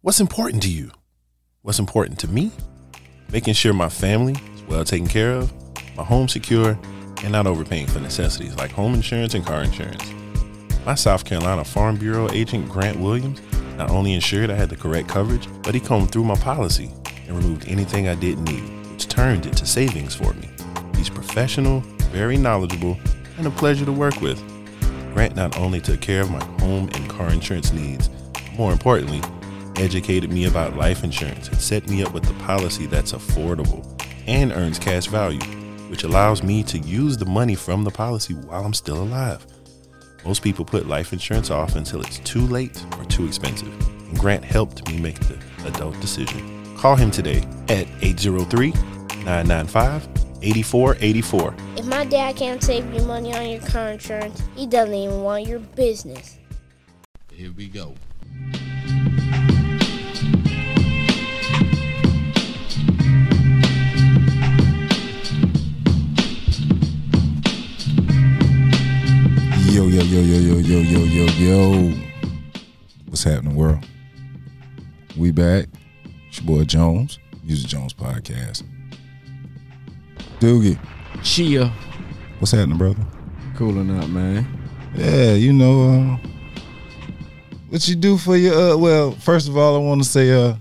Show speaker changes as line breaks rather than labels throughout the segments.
What's important to you? What's important to me? Making sure my family is well taken care of, my home secure, and not overpaying for necessities like home insurance and car insurance. My South Carolina Farm Bureau agent, Grant Williams, not only ensured I had the correct coverage, but he combed through my policy and removed anything I didn't need, which turned it to savings for me. He's professional, very knowledgeable, and a pleasure to work with. Grant not only took care of my home and car insurance needs, but more importantly, educated me about life insurance and set me up with the policy that's affordable and earns cash value, which allows me to use the money from the policy while I'm still alive. Most people put life insurance off until it's too late or too expensive. And Grant helped me make the adult decision. Call him today at 803 995 8484.
If my dad can't save you money on your car insurance, he doesn't even want your business.
Here we go.
Yo, yo, yo, yo, yo, yo, yo, yo, yo. What's happening, world? We back. It's your boy Jones, Music Jones Podcast. Doogie,
Chia.
what's happening, brother?
Cooling out, man.
Yeah, you know, uh, what you do for your, uh, well, first of all, I want to say, uh,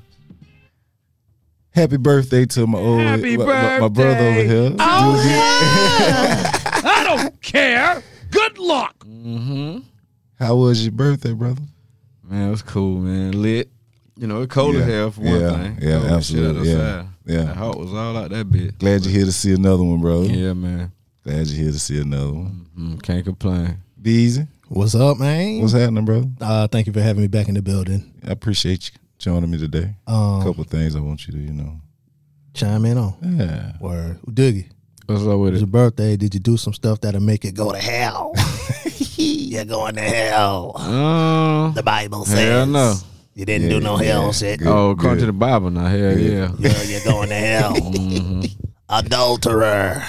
Happy birthday to my old
Happy
my, my- my brother over
birthday. Oh,
here. Doogie.
I don't care. Good luck.
Mm-hmm. How was your birthday, brother?
Man, it was cool, man. Lit. You know, it's cold
Yeah.
as hell for one
Yeah.
thing.
Yeah,
Cold as shit
absolutely. Yeah.
outside.
Yeah.
The heart was all out that bit.
Glad you're here to see another one, brother.
Yeah, man.
Glad you're here to see another one.
Mm, can't complain.
Be easy.
What's up, man?
What's happening, brother?
uh, thank you for having me back in the building.
I appreciate you joining me today.
Um,
A couple of things I want you to, you know.
Chime in on.
Yeah.
Word. Doogie,
What's up
it's
with
your
it?
birthday. Did you do some stuff that'll make it go to hell? You're going to hell.
Uh,
The Bible says.
hell no.
You didn't do no hell shit.
Good,
Oh, according to
good.
the Bible now. Hell yeah.
Girl, you're going to hell.
Mm-hmm.
Adulterer.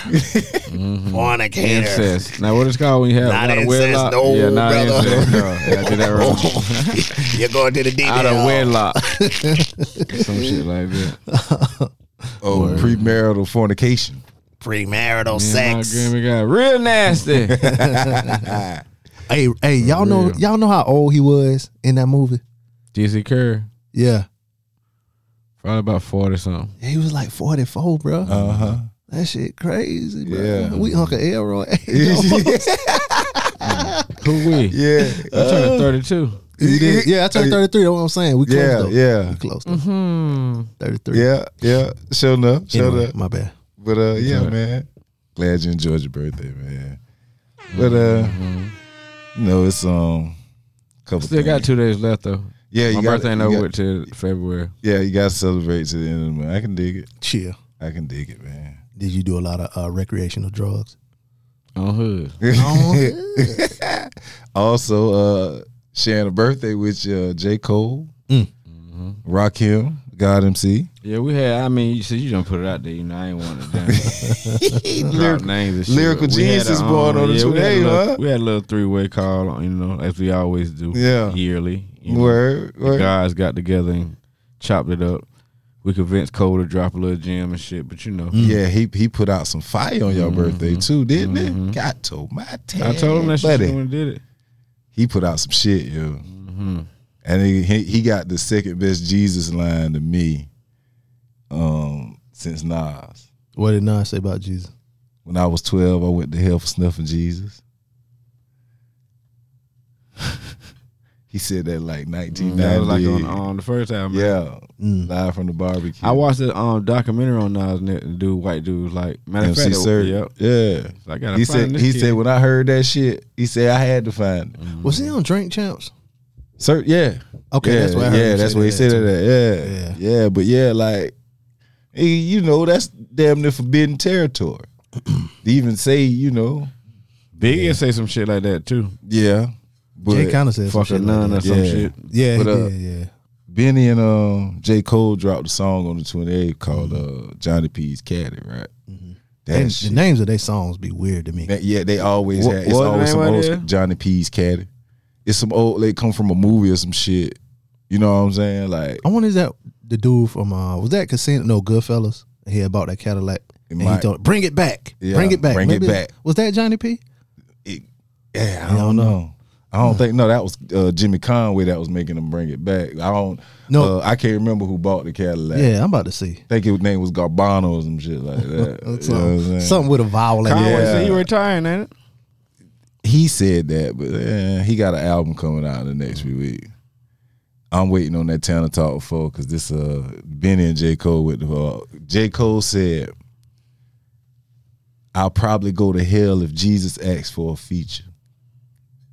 Fornicator.
Incest. Now, what is called when you have
Not
out of
incest,
wedlock?
no,
yeah, not
brother. Oh,
incest. No. Yeah, I did that wrong.
You're going to the deep
out of
hell.
wedlock. Some shit like that.
Oh, premarital fornication.
Premarital
Man, my
sex.
grandma got real nasty.
Uh-huh. Hey, hey, y'all know
real.
y'all know how old he was in that movie?
JC Kerr,
Yeah.
probably about 40 something.
He was like 44, bro.
Uh-huh.
Uh huh.
That shit crazy, bro.
Yeah.
We Uncle Elroy.
yeah.
Who we? Yeah.
Yeah. Uh,
I turned 32.
You did. Yeah, I turned 33. That's what I'm saying. We close
Yeah,
though.
yeah.
We close though.
Hmm.
33.
Yeah. Yeah. Sure enough. Sure
Anyway,
enough.
my bad.
But uh, yeah, man. Glad you enjoyed your birthday, man. But uh, you know, it's um, couple.
Mm-hmm. Still got
things.
two days left though.
Yeah, you
My
gotta-
birthday ain't
you
over
got-
with till February.
Yeah, you got to celebrate to the end of the month. I can dig it.
Chill.
I can dig it, man.
Did you do a lot of uh, recreational drugs?
On hood.
also uh sharing a birthday with uh J. Cole,
Mm.
Mm-hmm.
Rakim, God MC.
Yeah, we had. I mean, you said you don't put it out there. You know, I ain't want to damn drop
Lyrical-
names and shit.
lyrical
We had
genius
a,
born on the
we had a
28,
little-
huh?
We had a little three way call. on, You know, as we always do.
Yeah.
yearly. you know.
Word,
The
word.
guys got together and chopped it up. We convinced Cole to drop a little gem and shit, but you know,
Yeah, he he put out some fire on your birthday too, didn't it? God told my tag,
Mm-hmm. I told him that shit
buddy.
when Mm-hmm. he did it.
He put out some shit, yo. And he, he he got the second best Jesus line to me, um, since Nas.
What did Nas say about Jesus?
When I was twelve, I went to hell for snuffing Jesus. he said that like nineteen ninety.
That was like on, on the first time.
Yeah,
Mm.
live from the barbecue.
I watched the um, documentary on Nas and that dude, white dude, was like matter of
MC
fact,
Sir.
yep.
Yeah.
So I got.
He said he said when I heard that shit, he said I had to find it.
Mm.
Was he on Drink Champs?
Sir, yeah.
Okay,
yeah,
that's what I heard
Yeah,
him
that's
say
what he
that
said
too.
that. Yeah. yeah. but yeah, like eh, you know, that's damn near forbidden territory. to even say, you know,
Biggie say some shit like that too.
yeah. But
Jay kind of said some
Fuck a
shit like
nun
that.
or some
Yeah.
shit.
Yeah,
But, uh,
he did, yeah.
Benny and um J. Cole dropped a song on the 28th called uh Johnny P's Caddy, right? That
And the
shit-
names of their songs be weird to me.
That- yeah, they always
What-
had. It's
what
always
name
some
right
old
there?
Johnny P's caddy. It's some old. They come from a movie or some shit. You know what I'm saying? Like
I wonder is that the dude from uh was that Casino? No, Goodfellas. He had bought that Cadillac. and he
might-
thought, bring it back,
Yeah,
bring it back,
bring it
Maybe-
back.
Was that Johnny P?
it, yeah, I don't know. I don't think no. That was uh, Jimmy Conway that was making them bring it back. I don't. No,
No.
I can't remember who bought the Cadillac.
Yeah, I'm about to see
I think his name was Garbano or some shit like that. You know what I'm
something,
saying?
something with a vowel. in it.
Conway said he
Yeah.
retiring, ain't it?
He said that, but eh, he got an album coming out in the next few weeks. I'm waiting on that Town to Talk for because this uh Benny and J Cole with the uh, J Cole said, "I'll probably go to hell if Jesus asks for a feature."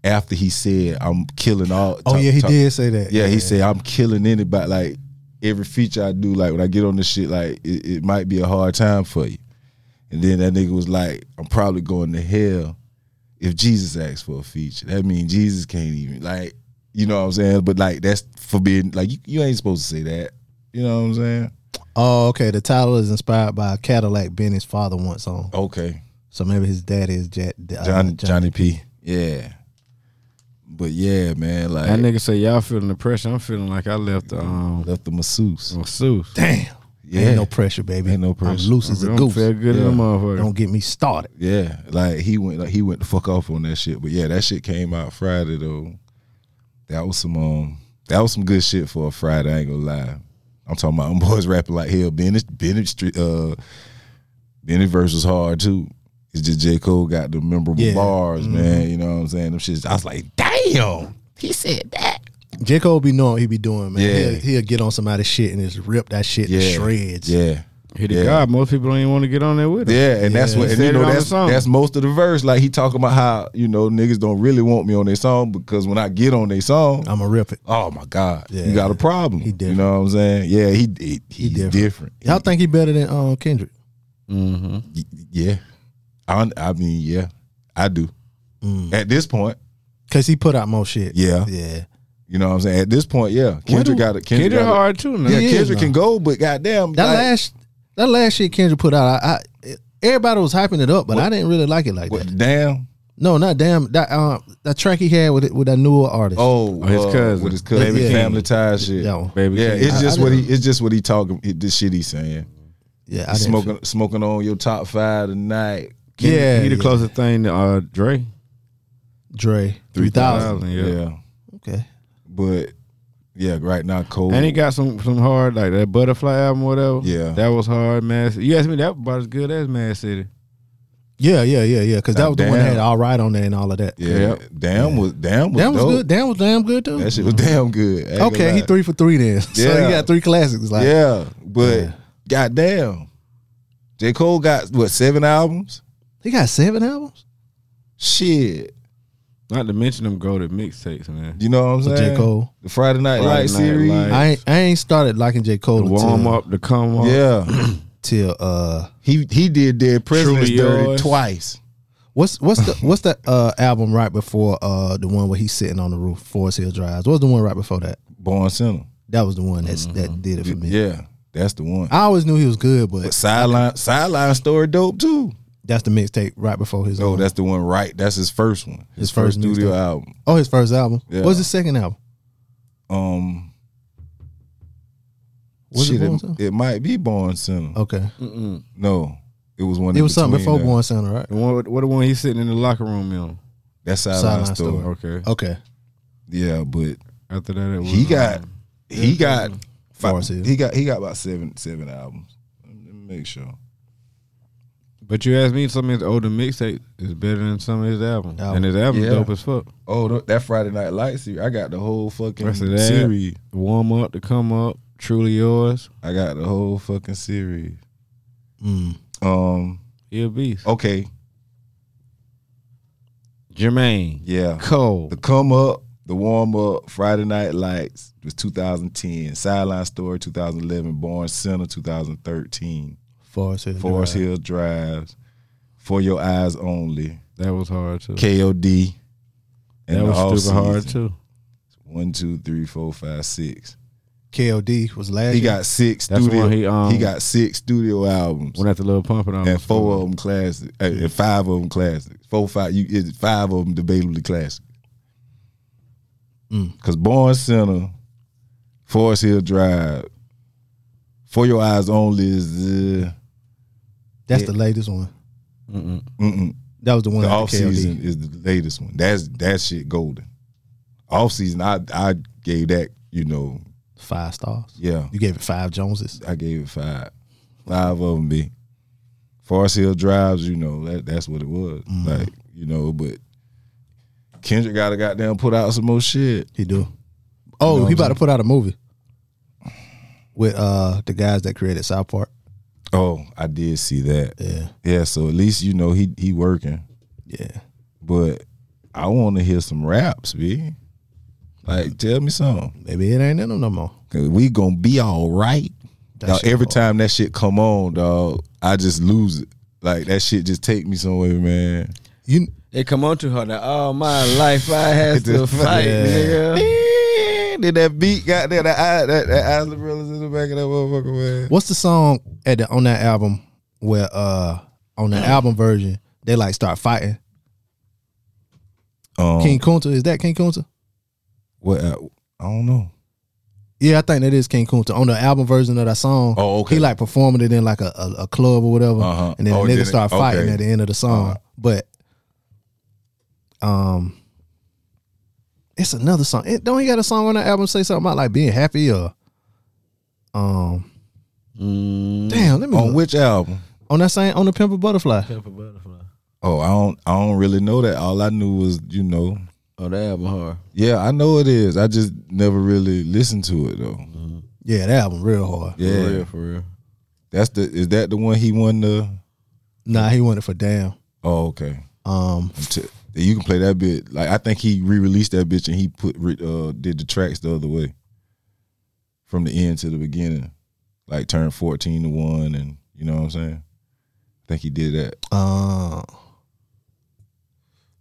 After he said, "I'm killing all."
Oh
Talk-
yeah, he
Talk-
did say that.
yeah, he said I'm killing anybody. Like every feature I do, like when I get on this shit, like it, it might be a hard time for you. And then that nigga was like, I'm probably going to hell if Jesus asks for a feature. That means Jesus can't even like, you know what I'm saying? But like that's forbidden. Like you, you ain't supposed to say that. You know what I'm saying?
Oh, okay. The title is inspired by a Cadillac Benny's father once on.
Okay,
So maybe his dad is J-
Johnny
uh, Johnny.
Johnny P. Yeah. But yeah, man, like
That nigga say y'all feeling the pressure. I'm feeling like I left the um
left the masseuse.
masseuse.
Damn.
Yeah,
Ain't no pressure, baby.
Ain't no
I'm
pressure.
loose as a
don't
goose.
feel good in
Yeah.
the motherfucker.
Don't get me started.
Yeah, like he went like he went the fuck off on that shit. But yeah, that shit came out Friday though. That was some um that was some good shit for a Friday, I ain't gonna lie. I'm talking about them boys rapping like hell. Bennett Bennett Street uh Bennett verse was hard too. It's just J. Cole got the memorable
Yeah.
bars,
Mm-hmm.
man. You know what I'm saying? Them shits I was like, damn. He said that.
J. Cole be knowing what he be doing, man.
Yeah.
He'll, he'll get on somebody's shit and just rip that shit to
Yeah.
shreds.
Yeah.
Hit
Yeah.
it God. Most people don't even want to get on there with it.
Yeah, and that's
Yeah.
what
He
and you
said it
know
on the
that's
song.
that's most of the verse. Like he talking about how, you know, niggas don't really want me on their song because when I get on their song,
I'ma rip it.
Oh my God,
Yeah.
you got a problem.
He different.
You know what I'm saying? Yeah, he, he he's
different.
different.
Y'all think he better than um, Kendrick?
Mm-hmm.
Y- Yeah, I, I mean, yeah, I do.
Mm.
At this point,
Cause he put out more shit.
Yeah.
Yeah.
you know what I'm saying. At this point, yeah, Kendrick got it. Kendrick,
Kendrick,
got it.
hard too now.
Yeah,
He is
Kendrick
now.
can go, but goddamn,
That
like,
last that last shit Kendrick put out, I, I everybody was hyping it up, but I didn't really like it like
what,
that.
damn.
No, not damn that um that track he had with it- with that newer artist.
Oh,
his cousin.
with his cousin,
Baby
family ties shit.
That
Yeah,
one.
Baby King.
it's
I-
just
I
what he.
didn't-
It's just what he talking. It, this shit he's saying.
Yeah, I didn't
Smoking, smoking on your top five tonight.
feel- Yeah,
he the
yeah.
closest thing to uh, Dre.
Dre three thousand.
Yeah.
yeah,
Okay.
but yeah, right now cold.
And he got some some hard like that butterfly album, whatever.
Yeah.
that was hard. Mad. City. You asked me that was about as good as Mad City.
Yeah, yeah, yeah, yeah. Because that was the one that
Damn.
had all right on there and all of that.
Yeah, damn was damn was
Damn was
dope.
good. Damn was damn good too.
That shit was damn good. I ain't gonna
okay, he
lie.
three for three then. so
Yeah.
he got three classics. Like
yeah, but
Yeah.
goddamn, J Cole got what seven albums?
he got seven albums.
Shit,
Not to mention them goaded mixtapes, man.
you know what I'm
For
saying?
J Cole.
the Friday Night
Friday
Light
Night
series.
Lights.
I ain't, I ain't started liking J Cole
The warm
until
up, the come up.
Yeah,
till uh
he he did Dead Presidents
Truly
dirty
Yours.
twice.
what's what's the what's that uh album right before uh the one where he's sitting on the roof Forest Hill Drives. What's the one right before that?
Born Center.
That was the one that's that did it for me.
Mm-hmm. Yeah, that's the one.
I always knew he was good,
But
but
sideline sideline story dope too.
that's the mixtape right before his um,
No,
own.
Oh, that's the one right. That's his first one. His, first,
first
studio
mixtape.
album.
oh his first album.
Yeah.
What was his second album?
Um,
Was it
shit,
Born
it,
Center?
it might be Born Center.
Okay,
Mm-mm.
No, it was one.
it
in
was something
between
before
that.
Born Center, right?
The one, what the one he's sitting in the locker room on?
That's sideline
Sideline
story.
Story.
Okay.
Okay,
Yeah, but
After that, it was,
he got
um,
he got
Far
five,
as it is.
he got he got about seven seven albums. Let me make sure.
But you asked me, some of his older mixtapes is better than some of his albums,
Album.
and his albums
Yeah.
dope as fuck.
Oh, th- that Friday Night Lights series. I got the whole fucking
Rest of that.
series.
The warm up, the come up, truly yours.
I got the whole fucking series.
Mm.
Um.
He a beast.
Okay.
Jermaine
Yeah.
Cole.
The come up, the warm up, Friday Night Lights was 2010. Sideline Story 2011. Born Center 2013.
Forest Hill.
Forest
Drive.
Hill Drives. For Your Eyes Only.
That was hard too.
KOD.
that
the
was super hard
Offseason.
too.
One, two, three, four, five, six.
KLD was last.
He
year.
got six
That's
studio.
when he,
He,
um,
got six studio albums,
Went after Lil Pump and all.
and four of them classic, eh, and five of them classics. Four, five, you it's five of them debatably classic. Because Born Center Forest Hill Drive, For Your Eyes Only is uh,
That's the latest one.
Mm-mm.
mm-mm.
That was the one.
the
The
off
KLD.
season is the latest one. That's that shit golden. Off season, I I gave that you know
Five stars.
yeah
You gave it five Joneses.
I gave it five, five of them be. Forest Hill Drives, you know that that's what it was like you know, but Kendrick gotta goddamn put out some more shit.
He do. Oh,
what
he
I'm
about to put out a movie with uh the guys that created South Park.
Oh, I did see that.
Yeah,
Yeah, so at least you know he he working.
yeah.
But I want to hear some raps, b. Like, tell me something.
Maybe it ain't in them no more.
'Cause we gonna be all right.
That
Dog,
shit
every
hard.
time that shit come on, dog, I just lose it. Like that shit just take me somewhere, man.
You
They come on to her now. All my life I had to fight,
Yeah.
nigga.
Did that beat got there? That eye, that, that eyes of brothers in the back of that motherfucker, man.
what's the song at the on that album where uh on the album version they like start fighting?
Um,
King Kunta is that King Kunta?
what? I, I don't know.
Yeah, I think that is King Kunta on the album version of that song.
Oh, okay.
He like performing it in like a, a, a club or whatever,
Uh-huh.
and then
Oh,
the
then
nigga
it-
start fighting
okay. Uh-huh.
at the end of the song. But um, it's another song. It, don't he got a song on the album say something about like being happy or um? Damn, let me
Mm. On
on,
which album?
on that same on the Pimper Butterfly.
Oh, I don't. I don't really know that. All I knew was, you know,
Oh, that album hard.
Yeah, I know it is. I just never really listened to it though.
Yeah, that album real hard.
For
Yeah,
real, for real.
that's the. Is that the one he won the?
Nah, he wanted for damn.
Oh, okay.
Um,
I'm t- you can play that bit. Like I think he re-released that bitch and he put re- uh did the tracks the other way, from the end to the beginning, like turned fourteen to one, and you know what I'm saying. I think he did that
uh,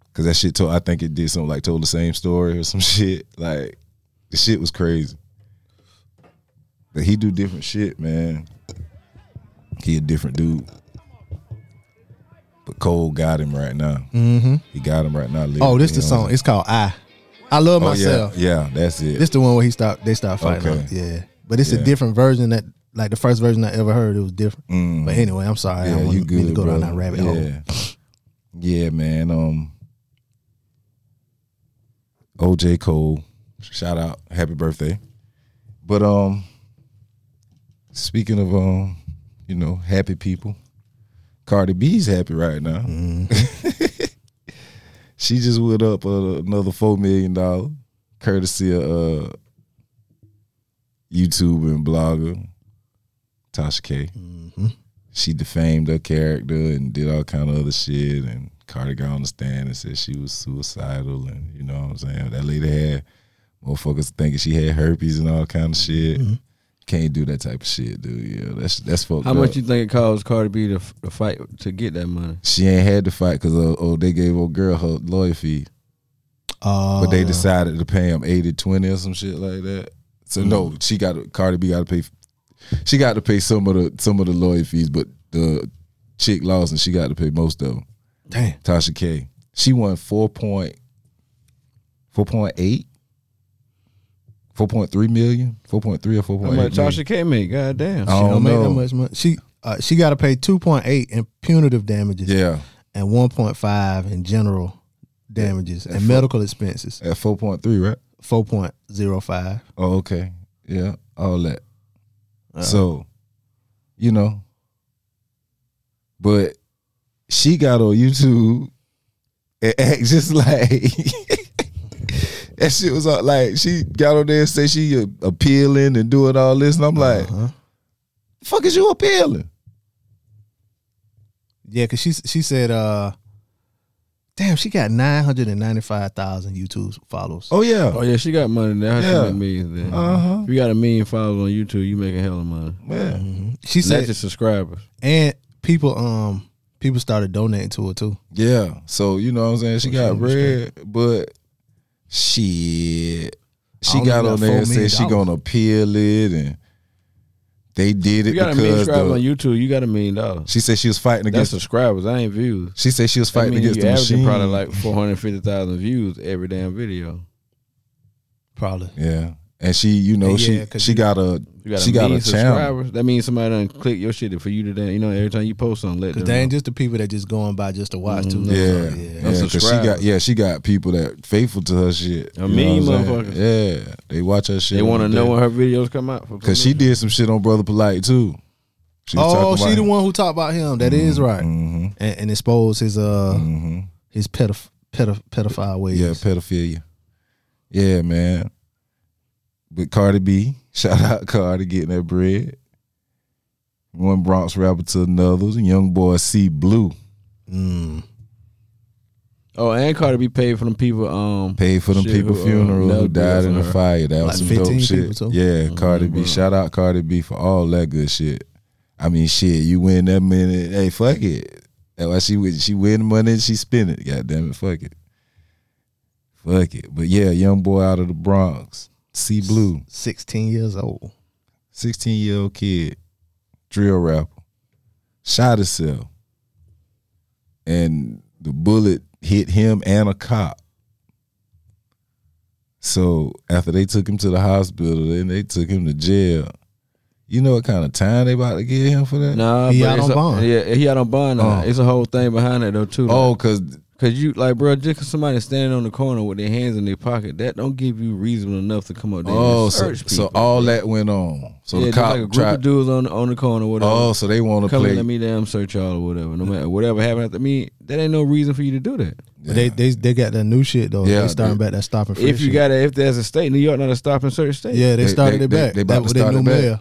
because that shit told. I think it did something like told the same story or some shit. Like the shit was crazy. But he do different shit, man. He a different dude. But Cole got him right now. Mm-hmm. He got him right now.
oh, this
lyrically, you
the
know
song. It's called I. I love
what I'm saying?
myself.
Oh, yeah, yeah, that's it.
This the one where he stopped. They stopped fighting.
Okay.
on it. Yeah, but it's
Yeah.
a different version that, like the first version I ever heard, it was different. But anyway, I'm
Mm.
sorry. I
yeah,
don't
you
want
good,
me to go down
brother.
that rabbit hole.
yeah. Yeah, man. Um, OJ Cole, shout out, happy birthday. But um, speaking of um, you know, happy people, Cardi B's happy right now. she just went up uh, another four million dollar, courtesy of uh, YouTube and blogger Tasha K
Mm-hmm.
she defamed her character and did all kind of other shit. And Cardi got on the stand and said she was suicidal. And you know what I'm saying? That lady had motherfuckers thinking she had herpes and all kind of shit. Can't do that type of shit, dude. Yeah, that's that's fucked
Mm-hmm. How
up.
much you think it cost Cardi B to, f- to fight to get that money?
she ain't had to fight because oh, oh, they gave old girl her lawyer fee,
Uh,
but
Oh,
they decided to pay him 80 20 or some shit like that. So
Mm-hmm.
no, she got to Cardi B got to pay. She got to pay some of the some of the lawyer fees, but the chick lost and she got to pay most of them.
damn.
Tasha K. She won 4 point, 4.8, 4.3 million, 4.3 or
How
4.8
much
million.
Tasha K make? Goddamn.
I
She
don't
don't make that
know.
much money. She uh, she got to pay 2.8 in punitive damages
Yeah,
and 1.5 in general damages and medical expenses.
at 4.3, right?
4.05.
Oh, okay. Yeah, all that. so, you know, but she got on YouTube and act just like that shit was all, like she got on there and say she a- appealing and doing all this, and I'm like,
Uh-huh.
fuck is you appealing?
Yeah, because she she said, uh, damn, she got 995,000 YouTube followers.
Oh yeah,
Oh yeah, she got money now.
Yeah.
She make millions then.
Uh-huh.
If you got a million followers on YouTube, you making hell of money.
man.
She
That's
said,
your subscribers.
and people um people started donating to it too.
Yeah. So you know what I'm saying? She got bread, but shit. She
only
got
got
on there
$4
and
million
said she gonna appeal it and they did it
If you got a million
because
subscribers
the-
on YouTube, you got a million dollars.
she said she was fighting
That's
against
subscribers. I ain't views.
she said she was
I
fighting
mean,
against
you
the
averaging
machine.
probably like four hundred fifty thousand views every damn video.
Probably.
yeah. and she, you know,
Yeah, 'cause
she she
you-
got a
You got
she
a
got
million
a channel.
subscribers. That means somebody done click your shit for you to then, you know, every time you post something, let them
Cause they ain't
know.
just the people that just going by just to watch
Mhm.
too.
Mm-hmm. Yeah,
yeah.
yeah,
No
'cause she
subscribers.
got yeah she got people that faithful to her shit.
A
You know
million
what I'm
motherfuckers.
saying? Yeah, they watch her shit.
They want to
every
know
day.
when her videos come out. for
Cause she
promotion.
did some shit on Brother Polite too. She
Oh, she the one who talked about him. That is right,
hmm
and, and exposed his uh
hmm
his pedoph- pedoph- pedophile ways.
Yeah, pedophilia. Yeah, man. But Cardi B, shout out Cardi getting that bread. One Bronx rapper to another. Young boy C Blue
Mm.
Oh, and Carter be paid for them people. Um,
paid for them
Shit,
people
who, uh,
funeral who
Nelly
died in the
Brisson.
fire. That
Like
was some dope
15 people
shit.
too?
Yeah,
Mm-hmm.
Cardi B.
bro.
Shout out Cardi B for all that good shit. I mean, shit, you win that minute. Hey, fuck it. That's why she win- she win money and she spend it. God damn it, fuck it. Fuck it. But yeah, young boy out of the Bronx, C Blue.
Sixteen years old.
16 year old kid, drill rapper, shot himself. And the bullet hit him and a cop. So after they took him to the hospital, then they took him to jail. You know what kind of time they about to give him for that?
Nah,
He
but
out
it's
on
a-
bond.
Yeah, he out on bond. now. It's a whole thing behind that though too.
Oh, cause
Cause you like, bro, just 'cause somebody standing on the corner with their hands in their pocket, that don't give you reason enough to come up there
oh,
and
so,
search
so
people.
all that went on. So
yeah,
the
just
cop
like a group
tried.
of dudes on on the corner, whatever.
oh, so they want to
come
play.
and let me damn search y'all or whatever. No matter whatever happened after me, that ain't no reason for you to do that.
Yeah.
They they they got that new shit though.
Yeah,
they starting
they-
back that stopping.
if you got to if there's a state, New York not a stop and search state.
yeah, they,
They-
started
they-
it back.
they- they about
that
to
was their
start
new
it back.
mayor.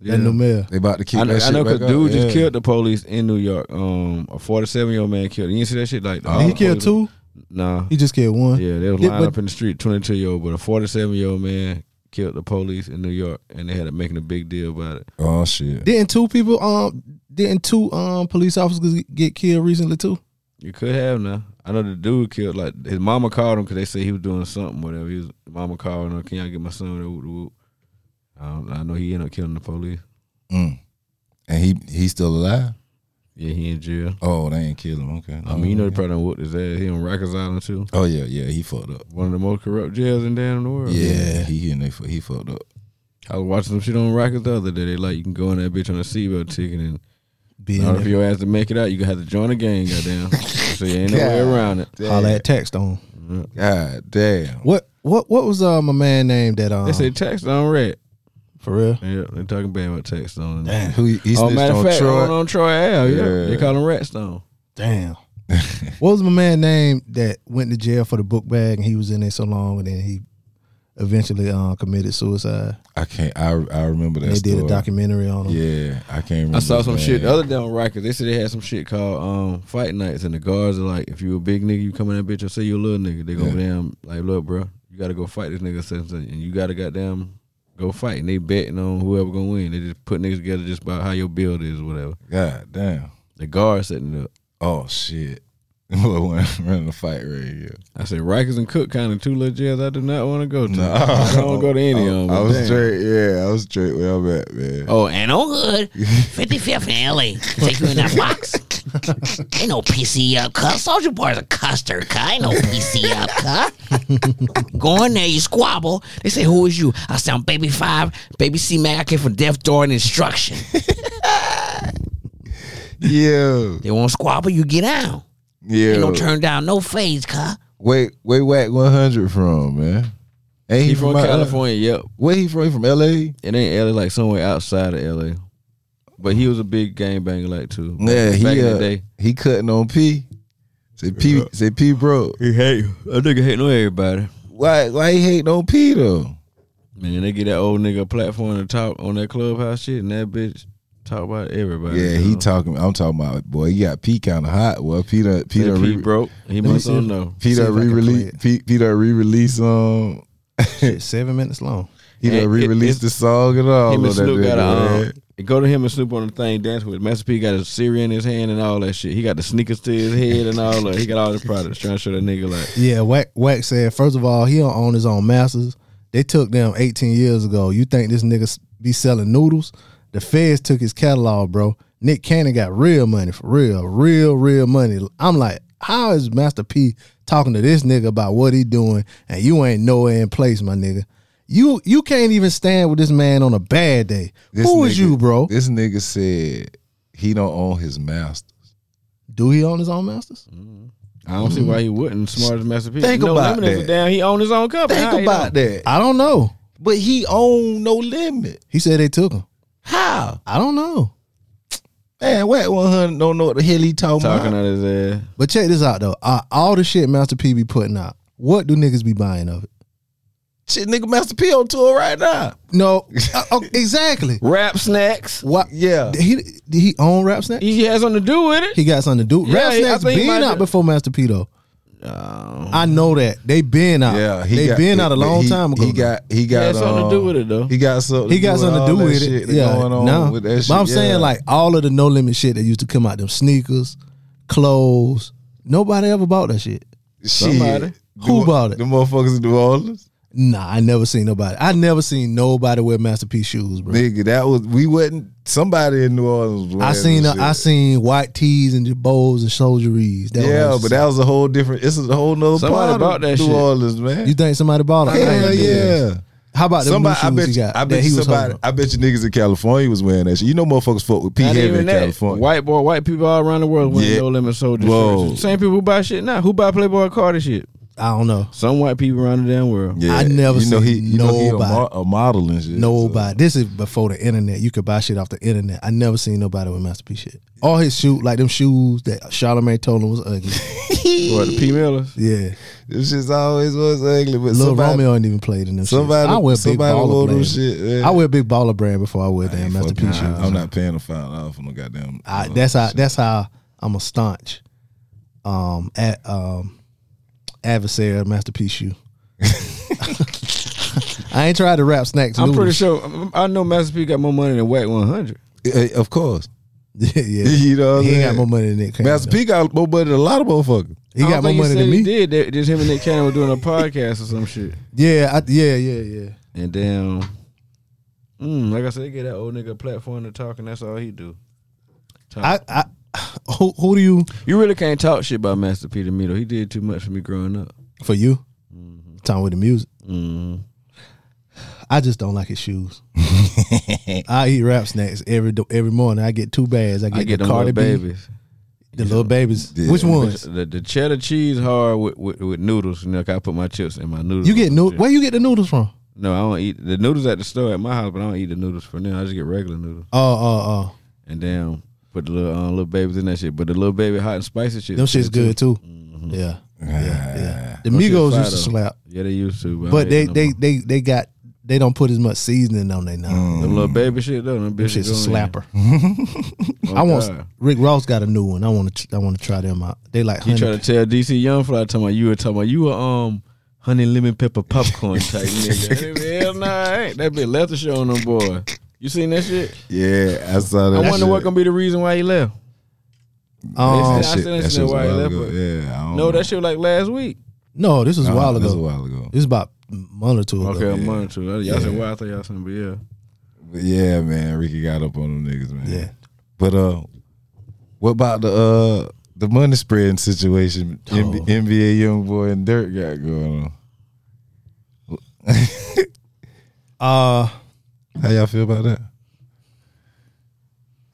Yeah.
That new mayor.
they about to keep
I know,
that
I
shit
know,
back
cause
up.
dude just
Yeah.
killed the police in New York. Um, a forty-seven year old man killed. You didn't see that shit like?
Oh.
he
the
killed
police-
two.
Nah,
He just killed one.
Yeah, they was
Did-
lined
but-
up in the street, 22 year old, but a 47 year old man killed the police in New York, and they had it making a big deal about it.
Oh shit.
Didn't two people um didn't two um police officers get killed recently too?
You could have now. I know the dude killed like his mama called him because they said he was doing something, whatever. He was mama called him, can y'all get my son? Whoop, whoop. I, don't, I know he ended up killing the police.
Mm. And he he's still alive.
Yeah, he in jail.
Oh, they ain't kill him. Okay.
I mean, you know they probably done whooped his ass. He on Rikers Island too,
Oh yeah, yeah. He fucked up.
one of the most corrupt jails in damn the world.
Yeah, he and they fu- he fucked up.
I was watching some shit on Rikers the other day. They like you can go in that bitch on a seatbelt ticket and
Being
In order for
there.
your ass to make it out, you gonna have to join the gang, goddamn. so you ain't no way around it.
holla at text on.
God damn.
What what what was uh my man name that um
They say text on red.
for real?
Yeah, they talking bad about text on.
Who he, he
oh,
snitched
matter of
on
fact,
Troy?
on, on Troy Ave, yeah.
Yeah.
They call him Ratstone.
Damn. what was my man name that went to jail for the book bag and he was in there so long and then he eventually um committed suicide.
I can't. I I remember that.
And they did a
story.
documentary on him.
Yeah, I can't. remember
I saw
his
some
name.
shit the other day on Rikers. They said they had some shit called um, fight nights, and the guards are like, if you a big nigga, you come in that bitch. I say you a little nigga. They go
Yeah.
damn like, look, bro, you gotta go fight this nigga, something, something, and you gotta goddamn go fight. And they betting on whoever gonna win. They just put niggas together just by how your build is, or whatever.
God damn.
The guard setting it up.
Oh shit. Boy, when I'm running a fight right here.
I said Rikers and Cook County, two little jails I do not want to go to.
No.
I don't go to any
I,
of them.
I was
Damn.
straight. Yeah, I was straight where I'm at, man.
Oh, and oh,
Good. 55th and LA. Take you in that box. Ain't no PC up, cuss. Soldier Boy's a custard, cuss. Ain't no PC up, cuss. Go in there, you squabble. They say, Who is you? I sound Baby Five, Baby C Mac. I came from Death Door and Instruction.
Yeah,
They won't squabble, you get out.
yeah.
Ain't no turn down, no phase, cuss.
Wait, wait, whack one hundred from man. Ain't
he from
out-
California. Yep,
uh, Where he from? He from L.A.
it ain't LA, like somewhere outside of LA. But he was a big game banger, like too. Back-
Yeah,
back
he
in
uh,
the day.
he cutting on P. Say P, say P, bro.
He hate that nigga hate no everybody.
Why why he hating on P though?
Man, they get that old nigga a platform to talk on that clubhouse shit, and that bitch talk about everybody.
Yeah,
you
he
know?
talking. I'm talking about boy. He got P kind of hot. Well, P done P
That
done
P
re
broke. He
me
must
see
don't
if-
know.
P
See if
done
I can
re
play
release
it.
P P done re release um
Shit, seven minutes long.
he
Hey,
done
it-
re release
it's-
the song and all.
Him and
on that
Snoop got a
nigga,
um,
man.
go to him and Snoop on the thing dancing with Master P got a Syria in his hand and all that shit. He got the sneakers to his head and all that. He got all the products trying to show that nigga like
Yeah, Wack Wack said, first of all, he don't own his own masters. They took them 18 years ago. You think this nigga s- be selling noodles? The feds took his catalog, bro. Nick Cannon got real money for real, real, real money. I'm like, how is Master P talking to this nigga about what he doing and you ain't nowhere in place, my nigga? You you can't even stand with this man on a bad day.
This
Who is
nigga-
you, bro?
This nigga said he don't own his masters.
Do he own his own masters?
I don't see why he wouldn't. Smartest masterpiece.
Think
no
about
limit is a
that.
Damn, he owned his own company. How he don't?
that.
I don't know.
But he own no limit.
He said they took him.
How?
I don't know.
Man, Whack 100 don't know what the hell he talking,
Talking
about.
out his ass.
But check this out though. Uh, all the shit Master P be putting out. What do niggas be buying of it?
Shit, nigga Master P on tour right now.
No, Uh, oh, exactly.
Rap snacks.
What?
Yeah.
Did he did he own Rap Snack?
He has something to do with it.
He got something to do.
Yeah,
Rap
he- I
Snack's
think he might
been out
do-
before Master P though. I know that they been out.
Um, Yeah,
they
got-
been out a
but
long
he-
time ago.
He got he
He
got
has something to do
um,
with it though.
He got something.
He got something to do
all
with
that
it.
shit
Yeah,
going on
no.
with that shit.
But I'm
Yeah.
saying like all of the no limit shit that used to come out them sneakers, clothes. Nobody ever bought that shit.
somebody.
shit.
Who
The-
bought it?
The motherfuckers in New Orleans.
Nah, I never seen nobody. I never seen nobody wear Master P shoes, bro.
Nigga, that was we wasn't somebody in New Orleans. was
I
wearing
seen
that
I
shit.
seen white tees and bows and soldieries. That
Yeah,
was-
but that was a whole different. This is a whole nother
Somebody
part of
bought that
New
shit.
Orleans, man.
you think somebody bought them? I
Hell
ain't doing that.
yeah.
How about the
Somebody, I
new shoes
bet,
he
you,
got?
I
that
bet
he
you
was
somebody,
holding?
I bet you niggas in California was wearing that shit. You know, motherfuckers fuck with P
Not
heavy
even
in
that.
California.
White boy, white people all around the world wearing
Yeah.
no limit soldier
Whoa.
shirts. Same people who buy shit now. Who buy Playboy Carter shit?
I don't know.
Some white people around the damn world.
Yeah,
I never
you know he,
seen
you know he a,
nobody.
mo- a model and shit.
Nobody. This is before the internet. You could buy shit off the internet. I never seen nobody with Master P shit. All his shoes, like them shoes that Charlamagne told him was ugly.
What the P Millers?
Yeah,
This shit's always was ugly, but
Lil
somebody,
Romeo ain't even played in them.
somebody,
shits. I wear big
somebody
baller
wore them
brand.
shit. man.
I wear big baller brand before I wear damn Master P
Fuck,
shoes.
nah, I'm not paying a fine off for no goddamn.
I,
uh,
that's how that's how I'm a staunch um at um adversary of Master P shoe. I ain't tried to rap snacks.
I'm pretty
noodles.
sure. I know Master P got more money than Whack 100.
Eh, of course.
yeah, yeah.
You know what I'm
he ain't got
saying?
more money than Nick. Cannon,
Master P got more money than a lot of motherfuckers.
though. He
I
got
don't
more
think he
money
said
than
he
me.
Did They- just him and Nick Cannon were doing a podcast or some shit?
Yeah, I, yeah, yeah, yeah.
And damn, mm, like I said, they get that old nigga a platform to talk, and that's all he do. Talk.
I, I who, who do you
you really can't talk shit about Master P to me though. He did too much for me growing up.
for you?
Mm-hmm.
Time with the music.
Mm.
I just don't like his shoes. I eat rap snacks every every morning. I get two bags. I get,
I get
the
them little
Cardi B,
babies.
the little babies. Which ones?
The, the cheddar cheese hard with, with, with noodles. You know, 'cause I put my chips in my noodles.
You get
no.
noodles. Where you get the noodles from?
No, I don't eat the noodles at the store at my house, but I don't eat the noodles for now. I just get regular noodles
Oh, oh,
and damn put the little uh, little babies in that shit. But the little baby hot and spicy shit.
oh. Them shit's good too. Yeah. Yeah, yeah. The
Mm-hmm.
Migos
fire
used to
though.
slap,
Yeah, they used to, but, I
but
ain't
they
no
they
more.
they they got they don't put as much seasoning on they now.
them little baby shit though. Them
Them
bitches
shit's a
going in.
slapper.
Oh,
I want
God.
Rick Ross got a new one. I want to I want to try them out. They like
You
honey.
try to tell DC Youngfly talking about you were talking about you were um honey lemon pepper popcorn type nigga. Hell nah, I ain't. that bitch left the show on them boy. You seen that shit?
Yeah, I saw that.
I wonder
shit.
what gonna be the reason why he left.
um,
That shit- I
that
said
shit was a
why he
while
left,
ago.
but-
Yeah, I
Oh,
No,
don't know.
that shit was like last week.
no, this was a
Nah,
while
that was
ago.
a while ago.
This is about a month or two ago.
Okay, a month or two. Y'all said
Yeah.
why I thought y'all something, but yeah.
But yeah, man, Ricky got up on them niggas, man.
Yeah.
But uh, what about the uh the money spreading situation
Oh.
NB- NBA young boy and Dirk got going on?
Uh,
How y'all feel about that?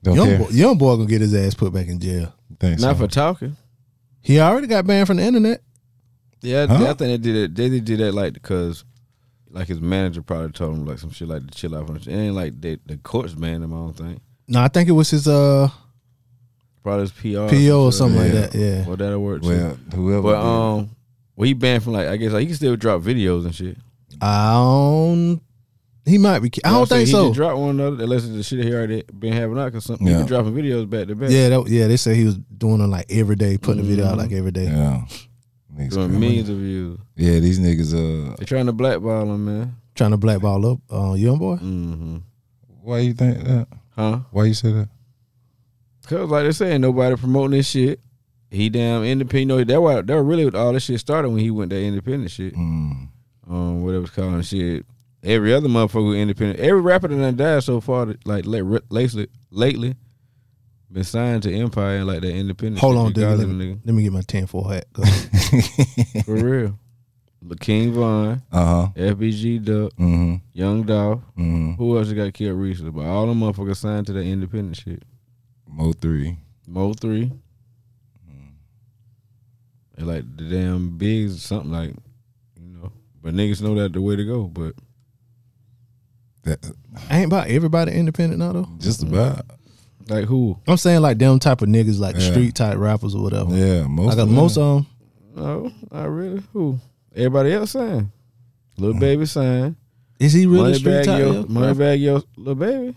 Don't
young
care.
boy, young boy gonna get his ass put back in jail.
Think
Not
so.
for talking.
He already got banned from the internet.
Yeah,
Huh?
I think they did it. They did do that like because, like his manager probably told him like some shit like to chill out. From it ain't like they, the courts banned him. I don't think.
No, I think it was his uh
Probably his PR, or
PO or
some
something
shit.
like that. Yeah,
Well, that'll work. too.
well, whoever.
But um, well, he banned from like I guess like he can still drop videos and shit.
I don't. He might be. I
You know what I'm saying?
don't think
he
so.
Just drop one another unless it's the shit he already been having out because something
Yeah.
he been dropping videos back to back.
Yeah, that, yeah. They said he was doing it like every day, putting a video out
Mm-hmm.
like every day.
did. yeah, Niggas
um, doing
crazy.
millions of views.
Yeah, these niggas. Uh,
They're trying to blackball him, man.
Trying to blackball up uh, young boy.
Mm-hmm.
why you think that?
Huh?
Why you say that?
Cause like they saying, nobody promoting this shit. He damn independent. You know, that why that really what all this shit started when he went that independent shit.
Mm.
Um, whatever it's called and shit. Every other motherfucker who independent. Every rapper that done died so far, that, like late, lately, lately, been signed to Empire and like that independent.
Hold
shit,
on, dude.
regardless
Let
of
me, let me get my tinfoil hat. Go.
nigga. For real. Lakeem Vaughn,
Uh huh.
FBG Duck,
Mm
Young Dolph.
hmm. Mm
Who else got killed recently? But all them motherfuckers signed to that independent shit.
hmm. Mo three.
Mo three. And like the damn bigs, something like, you know. But niggas know that the way to go. But
That
Ain't about everybody independent now though.
just
Mm-hmm.
about.
like who?
I'm saying like them type of niggas, like the
Yeah.
street type rappers or whatever.
Yeah, most.
Like
of
uh,
them.
most of them,
No, Oh, not really. Who? Everybody else signed.
Mm-hmm.
Little baby signed.
is he really
Money
street
bag
type?
yo.
Yo,
Money bag yo. Little baby.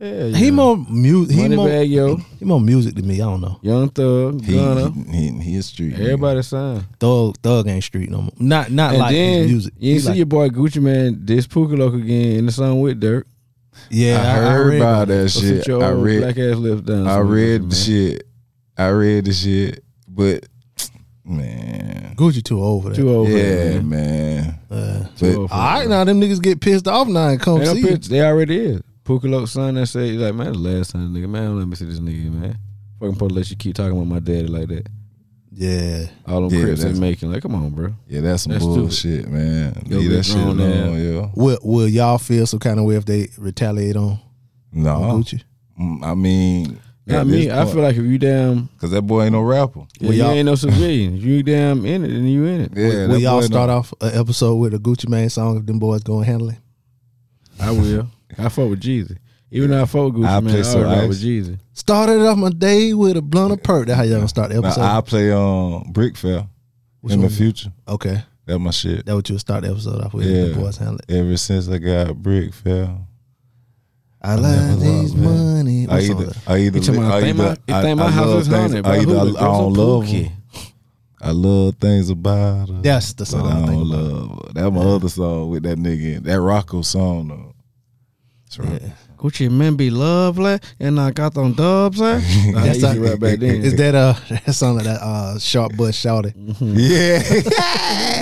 Yeah, yeah.
He more mu- he
Money
more
bag yo.
he more music to me. I don't know.
Young thug.
He,
Gunna.
he, he, he is street. nigga.
Everybody signed.
Thug Thug ain't street no more. Not not
And
like
then
his music.
you
He
see
like-
your boy Gucci Man this Puka Loke again in the song with Dirk.
yeah,
I heard about that
So sit
shit.
your
I
old
read.
black ass lips down.
I
somewhere,
read
man.
the shit. I read the shit, but man,
Gucci too old for that.
Too old. for that,
yeah,
man.
man.
Uh,
Too
But-
old for that,
all
man.
right, now them niggas get pissed off now and come
They, don't
see.
pitch- they already is. Puka Loke's son that said, he's like, man, that's the last time, nigga. Man, don't let me see this nigga, man. Fucking supposed to let you keep talking about my daddy like that.
Yeah,
All them
Yeah,
Crips
that's-
in making. Like, come on, bro.
Yeah, that's some
That's stupid.
bullshit, man.
Yo,
Leave
big
that shit
grown
alone,
man.
yo.
will will y'all feel some kind of way if they retaliate on, on
No,
Gucci?
Mm, I mean,
Not me. I feel like if you damn,
because that boy ain't no rapper.
if
Well,
you
y'all-
ain't no civilian. If you damn in it, then you in it.
Yeah, that
will y'all
boy
start off an episode with a Gucci Mane song if them boys going handle it?
I will. I fuck with Jeezy. Even though I fuck with Gucci,
I
man,
play
I
some
always rock
ice.
with Jeezy.
Started off my day with a blunt of perk. That's how y'all gonna start the
No,
episode.
I play um Brick Fair
Which
in the
one?
future.
okay,
That my shit.
that what you would start the episode off with. if
Yeah.
The boys handle it.
Ever since I got Brick Fair,
I
never
like these
loved, man. I
money. What song
either
that?
I either
You talking about
I
think my,
either I,
think my
I
house
love
is
things-
haunted?
I either I, I
Bahuda,
don't
Gozo,
love 'em.
Pookie.
I love things about her.
That's the song.
But I
I think
don't
about.
love. That my other song with that nigga. in it. That Rocco song though. That's right.
Gucci men be lovely, and I got them dubs. Eh? I
That's
used to
not-
rap back then.
Is that uh that song like that uh sharp butt shouted?
Yeah.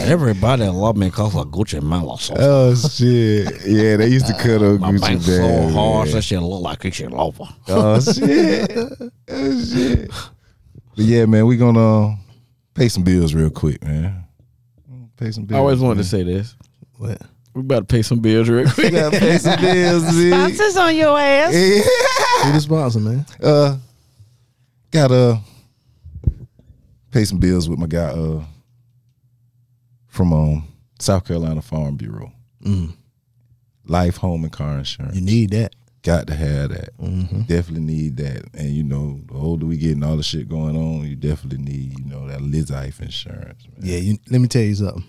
Everybody love me because of Gucci Mane. So
oh shit. Yeah, they used to cut on
my
Gucci
bank's so
down.
hard, that shit look like it's your lover.
Oh shit. oh shit. But yeah, man, we gonna uh, pay some bills real quick, man. Pay some
I
bills.
always wanted to say this.
What?
We about to pay some bills real
We
quick.
gotta pay some bills, Z.
Sponsors on your ass.
Yeah.
Who the sponsor, man?
Uh gotta uh, pay some bills with my guy uh from um South Carolina Farm Bureau.
Mm.
Life, home, and car insurance.
You need that.
Got to have that.
Mm-hmm.
definitely need that. And you know, the older we get and all the shit going on, you definitely need, you know, that life insurance. Man.
Yeah. You, let me tell you something.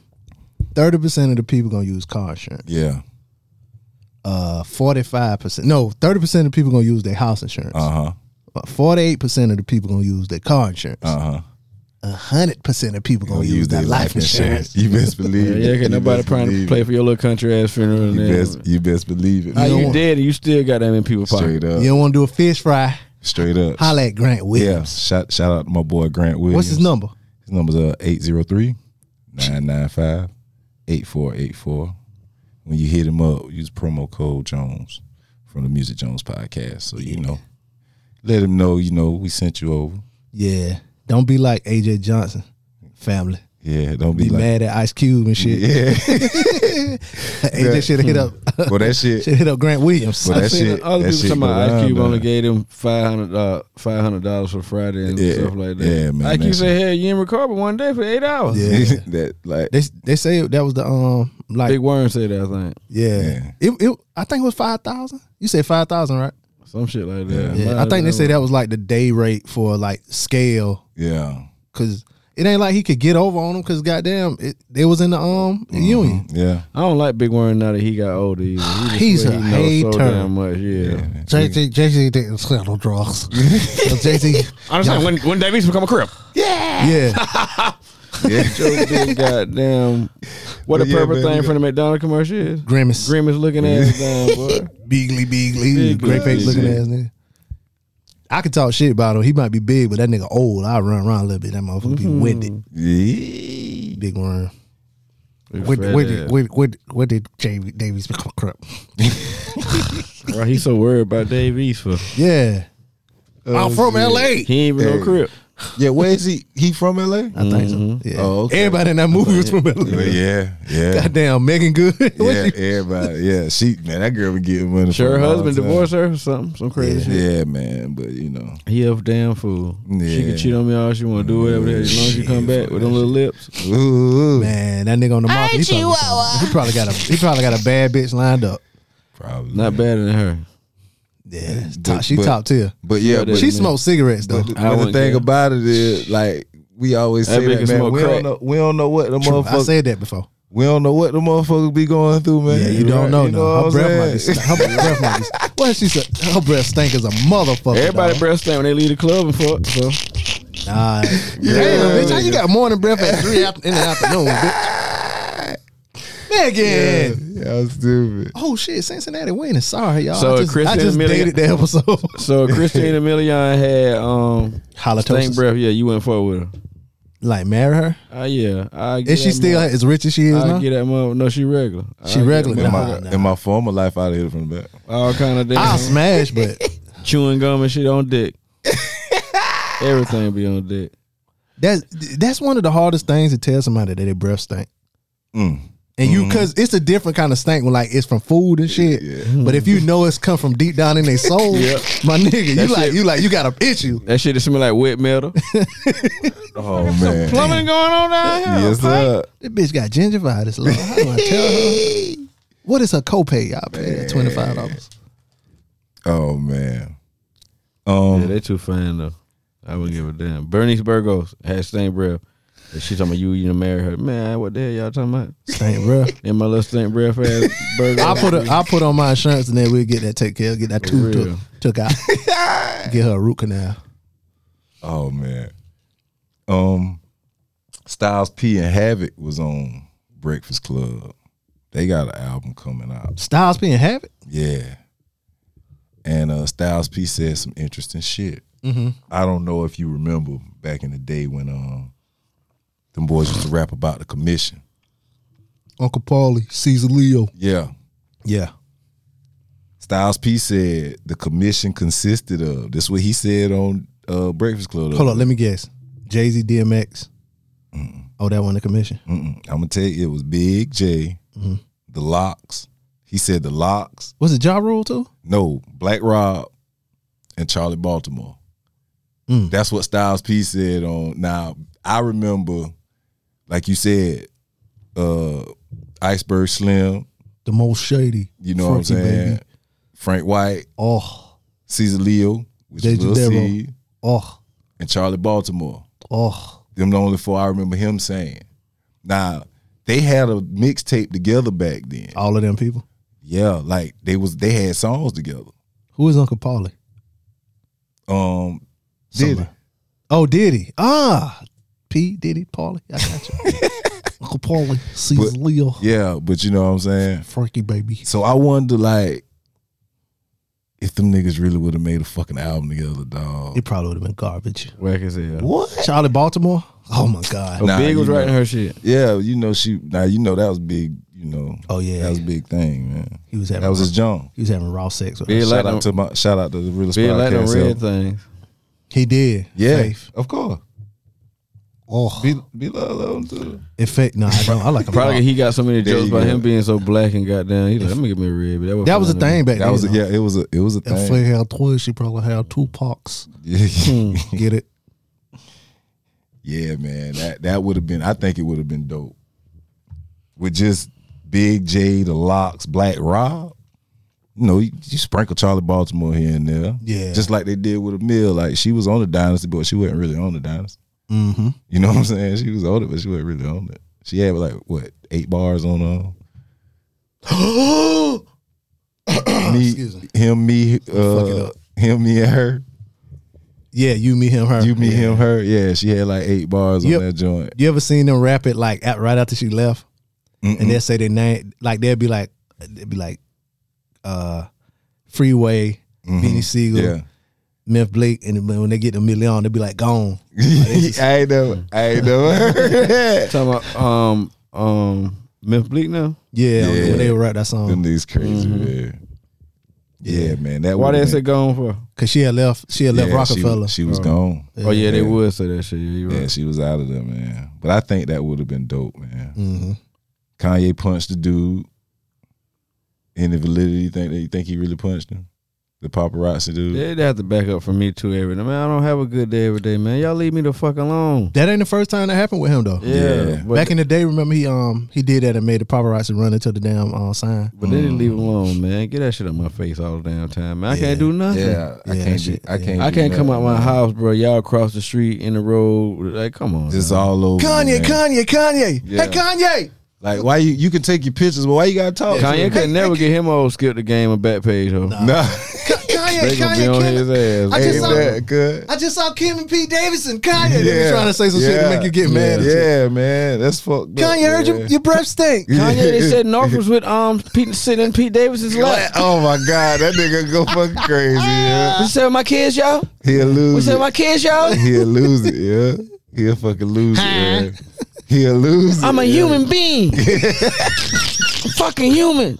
Thirty percent of the people gonna use car insurance.
Yeah.
Uh, forty-five percent. No, thirty percent of people gonna use their house insurance.
Uh huh.
Forty-eight percent of the people gonna use their car insurance.
Uh huh.
hundred percent of people gonna use their life insurance.
You best believe
Yeah,
it.
yeah,
You
cause nobody
best
trying to
believe
play
it.
for your little country ass funeral. And
You
then,
best, you best believe it.
how
man.
you
don't-
dead and you still got that in people's pocket.
Straight up.
You don't want to do a fish fry?
Straight up.
Holla at Grant
Uh. Yeah.
Williams.
Shout, shout out to my boy Grant Williams.
What's his number?
His number's uh 803 995 8484. When you hit him up, use promo code Jones from the Music Jones podcast. So, you know, let him know, you know, we sent you over.
Yeah. Don't be like AJ Johnson. Family.
Yeah, don't be,
Be
like,
mad at Ice Cube and shit.
yeah.
AJ should have hit up.
well, that shit,
should hit up Grant Williams.
Well,
I
that
seen
shit-
other
that
people
shit
talking about
go down,
IQ only
man.
gave them five hundred uh, five hundred dollars for Friday and
Yeah,
stuff like that.
yeah, man,
IQ
that
said, "Hey, you in recovery one day for eight hours."
Yeah.
that like,
They they say that was the um like
Big Worm said that. I think
yeah.
Yeah.
It, it I think it was five thousand. You said five thousand, right?
some shit like that.
Yeah. I think they say that was like the day rate for like scale
yeah,
because it ain't like he could get over on them because goddamn it, they was in the um union.
yeah.
I don't like Big Worm now that he got older. Either. He
He's
just
a
swear he knows so
hater.
damn much. Yeah.
man.
JC JC didn't sell no drugs. JC
I understand when when Davies become a crip.
yeah
Mm-hmm.
Joe big goddamn what
But
the
yeah,
purple
man, we
thing
got-
from the McDonald's commercial is.
grimace
Grimace looking ass down, boy.
beagly beagly
Beagly.
great face looking ass nigga. I could talk shit about him. He might be big, but that nigga old. I run around a little bit. That motherfucker be winded.
Yeah.
Big worm.
Fat ass.
what, what, what did Jay Davies become a crip?
Bro, he's so worried about Dave East for
Yeah. I'm from LA.
he ain't even no crip.
Yeah, where is he? He from LA?
I think so. Yeah.
Oh, okay.
Everybody in that movie was from LA.
Yeah, yeah.
Goddamn, Megan Good. What
Yeah,
you-
everybody. Yeah, she man, that girl be getting money.
Sure, her
from all
husband
the time.
divorced her or something, some crazy shit.
Yeah, man, but you know,
He a damn fool. She
Yeah.
can cheat on me all she want to do whatever the hell, as long as you come back with them little lips.
Ooh,
Man, that nigga on the market. He probably, he probably got a he probably got a bad bitch lined up.
probably
Not better than her.
Yeah,
But-
top, she
but-
top tier.
But yeah,
Sure
but,
did.
She
man.
smokes cigarettes though.
but, the-
I
but the
wouldn't
thing
care.
about it is, like we always
That bitch
say, that,
can
man,
smoke
we don't
crack.
know, we don't know what the
True, I
motherfucker,
said that before.
we don't know what the motherfucker be going through, man.
Yeah, you don't know,
You
now.
what
Her
I'm
breath might be
saying?
stank. Her breath might be stank. Well, she said her breath stink as a motherfucker.
Everybody
dog.
breath stank when they leave the club and fuck. So
Nah. Damn, bitch. How you got morning breath at three after, in the afternoon, bitch? Megan.
Y'all stupid.
Oh shit, Cincinnati winning. Sorry, y'all.
So,
I just, I
Kristen
just
and Millie-
dated the episode.
so Christina Milian had um stank
Halitosis.
breath. Yeah, you went fuck with her.
Like marry her?
Ah, yeah. I get
Is she
that
still
mother-
as rich as she is
I
now?
get that mother. No, she regular. I
She
get
regular.
that
In
Nah,
my,
nah.
in my former life, I'd hit it from the back.
mother- All kind of damn
I'll smash, but
chewing gum and shit on dick. Everything be on dick.
that's that's one of the hardest things to tell somebody that their breath stink.
Mm.
And
Mm-hmm.
you, cause it's a different kind of stink when like it's from food and shit. But if you know it's come from deep down in their soul, my nigga, you
That
like
shit-
you like you got an issue.
That shit is smell like wet metal.
Oh man,
Plumbing going on down here.
yes sir.
This bitch got gingivitis. Lord, how do I tell her? What is her copay? Y'all pay that twenty five dollars.
Oh man.
Yeah,
Um,
they too fine though. I wouldn't give a damn. Bernice Burgos had stank breath. And she talking about you, you to marry her. Man, what the hell y'all talking about?
Stink, bro.
And my little stank breath ass Burgos.
I put a, I put on my insurance and then we'll get that take care. Get that tooth took,
real.
took out. get her a root canal.
oh man. Um, Styles P and Havoc was on Breakfast Club. They got an album coming out.
Styles P and Havoc.
Yeah. And uh, Styles P said some interesting shit. I don't know if you remember back in the day when um, them boys used to rap about the commission.
Uncle Paulie, Caesar Leo.
Yeah.
Yeah.
Styles P said the commission consisted of this. What he said on uh, Breakfast Club.
Hold on, let me guess. Jay Z, DMX. Oh, that won the commission.
Mm-mm. I'm gonna tell you, it was Big J,
Mm-hmm.
the Locks. He said the Locks.
Was it Ja Rule too?
No, Black Rob and Charlie Baltimore.
Mm.
That's what Styles P said on. Now I remember, like you said, uh, Iceberg Slim.
The most shady.
You know what I'm
Funky
saying?
Baby.
Frank White,
Oh,
Caesar Leo, which is
Deja
Lil
Darrow.
C,
oh,
and Charlie Baltimore.
oh.
Them the only four I remember him saying. Now they had a mixtape together back then.
All of them people.
Yeah, like they was they had songs together.
Who is Uncle Paulie?
Um, did
Somebody. Oh, Diddy. Ah, P. Diddy, Paulie. I got you. Uncle Paulie, Caesar
But-
Leo,
yeah, but you know what I'm saying.
Frankie Baby.
So I wonder like if them niggas really would have made a fucking album together, dog.
It probably would have been garbage.
whack as hell.
What? Charlie Baltimore? Oh my God.
But
Nah,
Big was
you know.
writing her shit.
Yeah, you know she. Now you know that was big. You know.
Oh, yeah.
that was a big thing, man.
He was having
That was his John.
he was having raw sex with
Big
her.
like
Shout
them,
out to my shout out to the real
big like them
podcast.
red
yeah.
things.
He did.
Yeah,
Faith.
of course.
Oh.
Be be love love him too.
In fact, no, I don't. I like him.
Probably he got so many
There
jokes
you
about
go.
him being so black and goddamn. He like, let me get me a red. But that,
that was a
fine to me.
thing back
That
then.
was a,
though.
yeah. It was a it was a
If
thing.
Faith had twins, she probably had two pox.
Yeah.
Get it?
Yeah, man, that that would have been. I think it would have been dope with just Big J, the Locks, Black Rob. You know, you, you sprinkle Charlie Baltimore here and there.
Yeah.
just like they did with a Mill. Like she was on the Dynasty, but she wasn't really on the Dynasty. Mm-hmm. You know what I'm saying? She was on it, but she wasn't really on it. She had like what eight bars on her. me,
Excuse me.
him, me,
Fuck it
uh,
up.
him, me, and her.
Yeah, you, me, him, her.
You, me,
Yeah.
him, her. Yeah, she had like eight bars
Yep.
on that joint.
You ever seen them rap it like at, right after she left, and they will say their name? Like they'd be like, they'd be like, uh, Freeway, Benny Siegel,
Mm-hmm. Yeah.
Memph Blake, and when they get to Million, they'd be like gone.
I ain't never, I ain't never heard that.
Talking about um um Memphis Bleak now.
Yeah,
Yeah.
when they would write that song.
Mm-hmm.
Them niggas crazy, man. Yeah, man. That
Why they
would've
say
been-
gone for?
Cause she had left. She had left
Yeah, she-
Rockefeller.
She, was gone.
Oh yeah, they
Yeah.
would say that shit. Yeah, you right.
Yeah, she was out of there, man. But I think that would have been dope, man.
Mm-hmm.
Kanye punched the dude. Any validity? You think they think he really punched him? The paparazzi dude.
They'd have to back up for me too every day. Man, I don't have a good day every day, man. Y'all leave me the fuck alone.
That ain't the first time that happened with him though.
Yeah.
Yeah.
But,
Back in the day, remember he um he did that and made the paparazzi run into the damn uh, sign.
but they didn't leave him alone, man. Get that shit out my face all the damn time, man. I can't do nothing.
Yeah, I
Yeah,
can't.
shit,
do, I
yeah.
can't.
I
do
can't come out
nothing,
my
man.
house, bro. Y'all cross the street in the road. Like, come on.
It's
man.
all over.
Kanye,
man.
Kanye, Kanye.
Yeah.
Hey Kanye.
Like, why you you can take your pictures, but why you gotta talk?
Kanye could never get him old skip the game of back page though.
No,
Kanye,
They gonna be
Kanye,
on
Kim.
his ass.
I
man.
just
ain't
saw-
that good?
I just saw Kim and Pete Davidson. Kanye, they be trying to say some shit to make you get
yeah,
mad. at you.
Yeah, man, that's fucked. up,
Kanye, heard
man.
your, your breath stink.
Kanye, they said North was with um Pete sitting in Pete Davidson's lap.
Oh my god, that nigga go fucking crazy. Yeah.
We said my kids, y'all.
He'll
We
lose
said
it.
my kids, y'all.
He'll lose it. Yeah, he'll fucking lose it. Yeah. He'll lose it.
I'm a
yeah.
human being. Fucking human.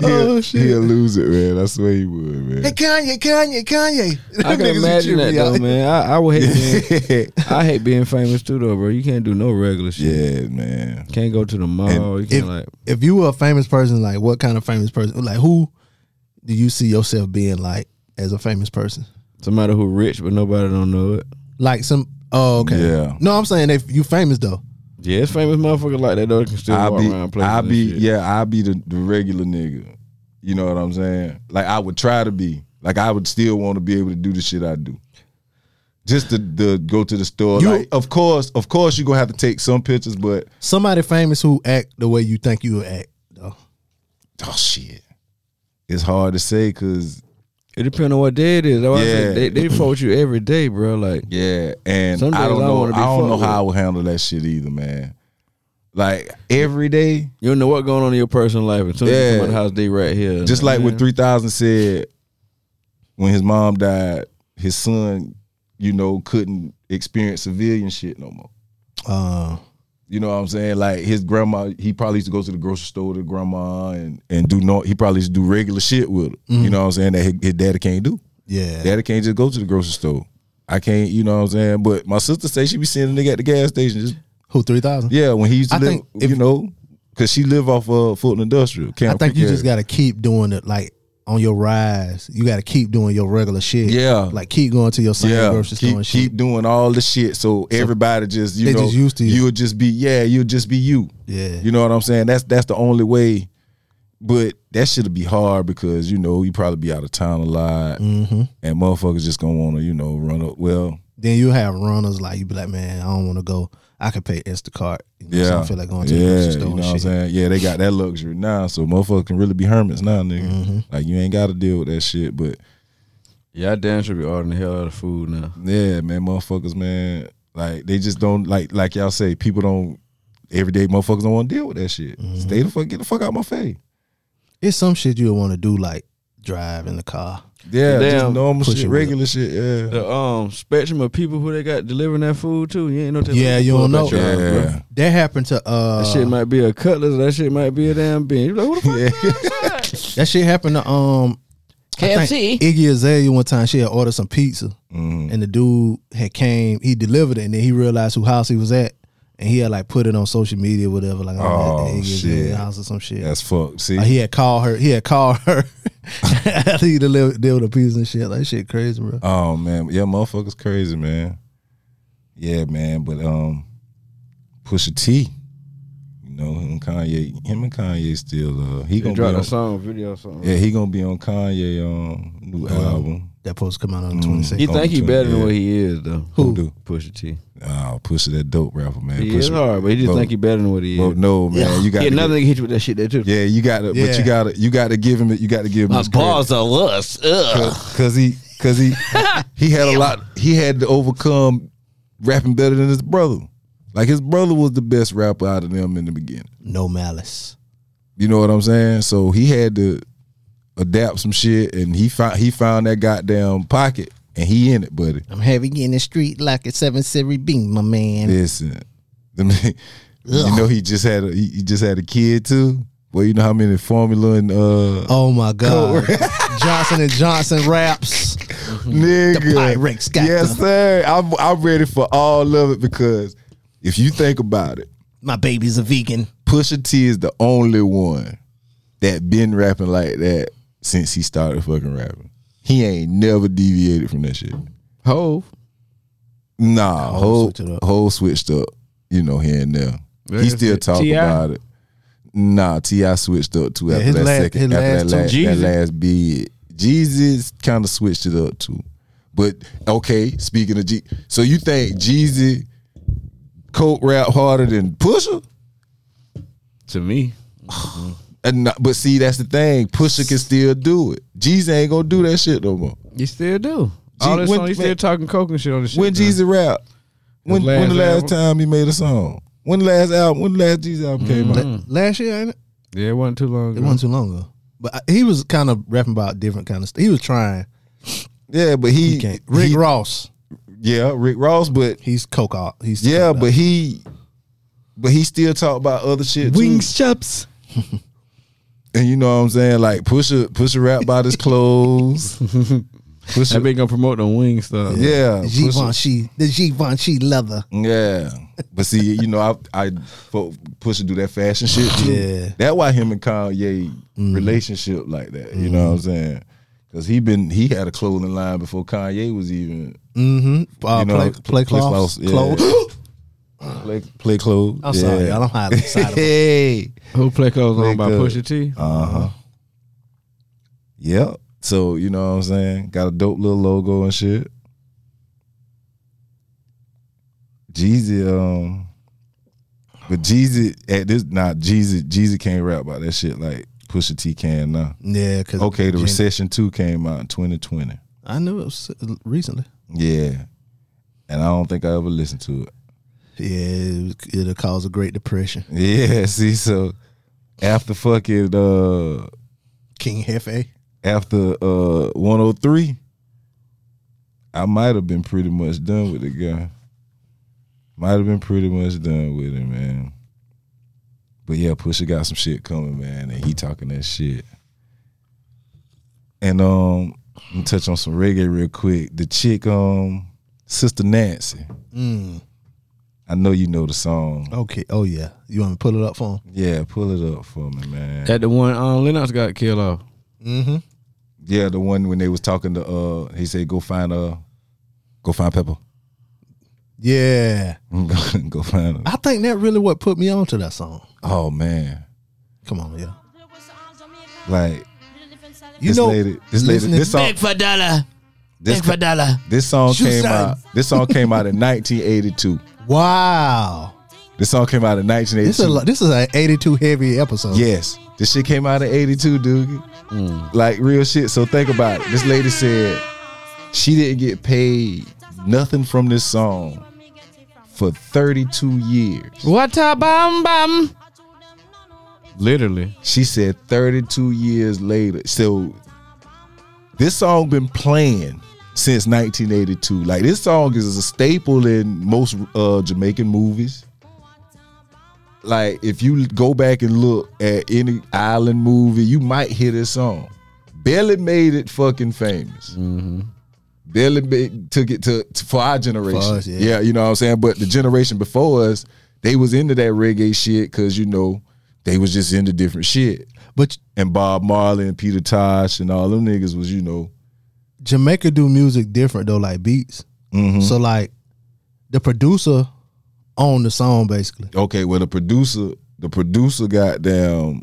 He'll, he'll lose it, man. I swear he would, man.
oh, Hey Kanye, Kanye, Kanye.
I
Them niggas
can
is
imagine that
tripping,
though,
y'all.
man. I, I would hate being,
yeah,
I hate being famous too though, bro. You can't do no regular shit.
man.
Can't go to the mall. You can't
if-
like
If you were a famous person, like what kind of famous person? Like who do you see yourself being like as a famous person?
somebody who rich but nobody don't know it.
Like some. Oh, okay.
Yeah.
No, I'm saying if you famous though.
Yeah, it's famous motherfuckers like that though. Can still
I'll
walk
be,
around places.
I'll
and
be,
shit.
yeah, I'll be the, the regular nigga. You know what I'm saying? Like I would try to be. Like I would still want to be able to do the shit I do. Just to the go to the store.
You-
like, of course, of course, you're gonna have to take some pictures, but
Somebody famous who act the way you think you would act though.
oh shit, it's hard to say because
It depends on what day it is. That's why I said
Yeah.
they they fuck with you every day, bro. Like
yeah, and
Some
I
days
don't
I
know.
wanna be
I don't know
fucked with.
how I would handle that shit either, man. Like every day,
you don't know what going on in your personal life until
Yeah.
you come out the house. They right here.
Just like what 3000 said when his mom died, his son, you know, couldn't experience civilian shit no more.
Uh,
You know what I'm saying? Like his grandma, he probably used to go to the grocery store with grandma and and do no. He probably used to do regular shit with her. You know what I'm saying? That his, his daddy can't do.
Mm-hmm. yeah.
Daddy can't just go to the grocery store. I can't. You know what I'm saying? But my sister say she be seeing a nigga at the gas station. Just
Who three thousand?
yeah, when he used to
I
live,
think if-
you know, because she live off uh, Fulton Industrial.
I
Camp
think you
Creek
just
area.
gotta keep doing it like on your rise. You gotta keep doing your regular shit.
Yeah.
Like keep going to your same
yeah,
grocery store
keep,
and shit.
keep doing all the shit. So, everybody just you
they
know
just used to you.
will just be yeah, you'll just be you.
Yeah.
You know what I'm saying? That's that's the only way. But that shit'll be hard because you know you probably be out of town a lot,
Mm-hmm.
and motherfuckers just gonna want to you know run up. Well,
then you have runners like you be like, man, I don't want to go. I could pay Instacart. You know, so I
yeah,
don't feel like going to
yeah,
the grocery store
you know
and
what I'm
shit.
saying? Yeah, they got that luxury now, so motherfuckers can really be hermits now, nigga.
Mm-hmm.
Like you ain't got to deal with that shit. But
yeah, I damn sure be ordering the hell out of food now.
Yeah, man, motherfuckers, man. Like they just don't like like y'all say, people don't everyday motherfuckers don't want to deal with that shit.
Mm-hmm.
Stay the fuck get the fuck out my face.
It's some shit you want to do like drive in the car.
Yeah, just
Damn.
normal
Push
shit,
it
regular shit, yeah.
The um spectrum of people who they got delivering that food to. You ain't know.
Yeah, you don't know.
That,
Yeah.
That happened to uh
that shit might be a cutlass. That shit might be a damn bin. You like who the fuck?
Yeah.
that shit happened to um I think
KFC.
Iggy Azalea one time she had ordered some pizza
mm-hmm.
and the dude had came he delivered it and then he realized who house he was at and he had like put it on social media whatever like
Oh,
I'm at Iggy
shit.
Azalea house or some shit.
That's fucked. See?
Like, he had called her. He had called her. after he delivered, deal with the pizza and shit. Like shit, crazy, bro.
oh man. Yeah, motherfuckers crazy, man. Yeah, man. But um Pusha T. You know, him and Kanye, him and Kanye still uh
They
he gonna be on,
dropped a song, video, or something.
Yeah, he gonna be on Kanye um new
Uh-huh.
album.
That post come out
Mm.
on the twenty
You
sixth.
think he
Yeah.
better than what he is though?
Who do?
Pusha T.
Oh, Pusha that dope rapper, man.
He
Pusha,
is hard, but he just
Bro,
think he better than what he
Well,
is.
Oh, no, man. You got
Yeah,
to
another nigga hit you with that shit there too.
Yeah, you got to, but
Yeah.
you got to, you got to give him, you got to give him
My
his
balls are loose. Ugh.
because he, because he, he had a lot, he had to overcome rapping better than his brother. Like his brother was the best rapper out of them in the beginning.
No malice.
You know what I'm saying? So he had to adapt some shit, and he found he found that goddamn pocket, and he in it, buddy.
I'm heavy in the street like a seven series beam, my man.
Listen, them- you know he just had a he he just had a kid too. Well, you know how many formula and uh
Oh my God. Johnson and Johnson raps.
nigga.
Pyrex got
yes,
them.
sir. I'm I'm ready for all of it because if you think about it,
My baby's a vegan.
Pusha T is the only one that been rapping like that since he started fucking rapping. He ain't never deviated from that shit.
Hove.
Nah, whole
switched it up.
whole switched up, you know, here and there. he
Where's
still
it?
talk
T.I.?
about it. Nah, Ti switched up too
Yeah,
after
his
that
last-
second,
his
after
last
that, last,
two.
that
Jeezy.
last bid. Jesus kind of switched it up too, but okay. Speaking of G, so you think Jeezy coke rap harder than Pusha?
To me.
And not- but see, that's the thing. Pusha can still do it. Jeezy ain't gonna do that shit no more.
You still do.
Gee,
All this
when-
song, you still
when-
talking coke and shit on the shit.
When
now.
Jeezy rap, when,
last
when the last
album.
time he made a song, when the last album, when the last Jeezy album came
Mm-hmm.
out.
Last year, ain't it?
Yeah, it wasn't too long
It
ago.
wasn't too long ago. But I- he was kind of rapping about different kind of stuff. He was trying.
Yeah, but he,
He can't. Rick
he-
Ross.
yeah, Rick Ross, but
He's coke out. He's
yeah,
coked out.
but he, but he still talk about other shit. too.
chops.
and you know what I'm saying? Like Pusha, Pusha rap about his clothes.
That
Pusha,
been gonna promote the wing stuff.
yeah, Pusha,
Givenchy, the Givenchy leather.
yeah. But see, you know, I, I fo- Pusha do that fashion shit too.
Yeah.
That why him and Kanye relationship like that. You know what I'm saying? Cause he been he had a clothing line before Kanye was even
Mm-hmm. Uh,
you know,
play, play cloths.
yeah.
Clothes.
play play clothes.
I'm sorry, y'all. I'm highly excited.
Hey.
Who play clothes on
Play
by
good.
Pusha T?
Uh huh. Yep. So you know what I'm saying? Got a dope little logo and shit. Jeezy, um, but Jeezy at this not Jeezy. Jeezy can't rap about that shit like Pusha T can now.
yeah, because
Okay, the recession two came out in 2020.
I knew it was uh, recently.
Yeah, and I don't think I ever listened to it.
Yeah, it- it'll cause a Great Depression.
Yeah, see, so after fucking uh
King Hefe.
after uh 103, I might have been pretty much done with the guy. Might have been pretty much done with him, man. But yeah, Pusha got some shit coming, man, and he talking that shit. And um, I'm gonna touch on some reggae real quick. The chick, um, Sister Nancy.
Mm,
I know you know the song.
okay. Oh yeah. You want me to pull it up for him?
Yeah, pull it up for me, man.
That the one uh, Lennox got killed off.
Mm-hmm.
Yeah, the one when they was talking to uh he said go find uh go find Pepper.
Yeah.
go find her.
I think that really what put me onto that song.
Oh man.
Come on, yeah.
Like
You
this
know,
lady this lady
listening-
this song
Big for dollar.
this,
Big for dollar.
this song
Shoot
came
sign.
out this song came out in nineteen eighty two.
Wow.
This song came out in nineteen eighty
This is a,
two.
lo- this is an 82 heavy episode.
Yes. This shit came out in 82, dude.
Hmm.
Like real shit. So think about it. This lady said she didn't get paid nothing from this song for 32 years.
What a bum bum. Literally.
She said 32 years later. So this song been playing since 1982. Like this song is a staple in most uh Jamaican movies. Like if you go back and look at any island movie, you might hear this song. Barely made it fucking famous.
Mm-hmm.
Barely made, took it to, to- for our generation.
us, yeah.
yeah, you know what I'm saying. But the generation before us, they was into that reggae shit because you know they was just into different shit
But
and Bob Marley and Peter Tosh and all them niggas was, you know,
Jamaica do music different though, like beats. So like the producer owned the song basically.
okay, well the producer, the producer got down.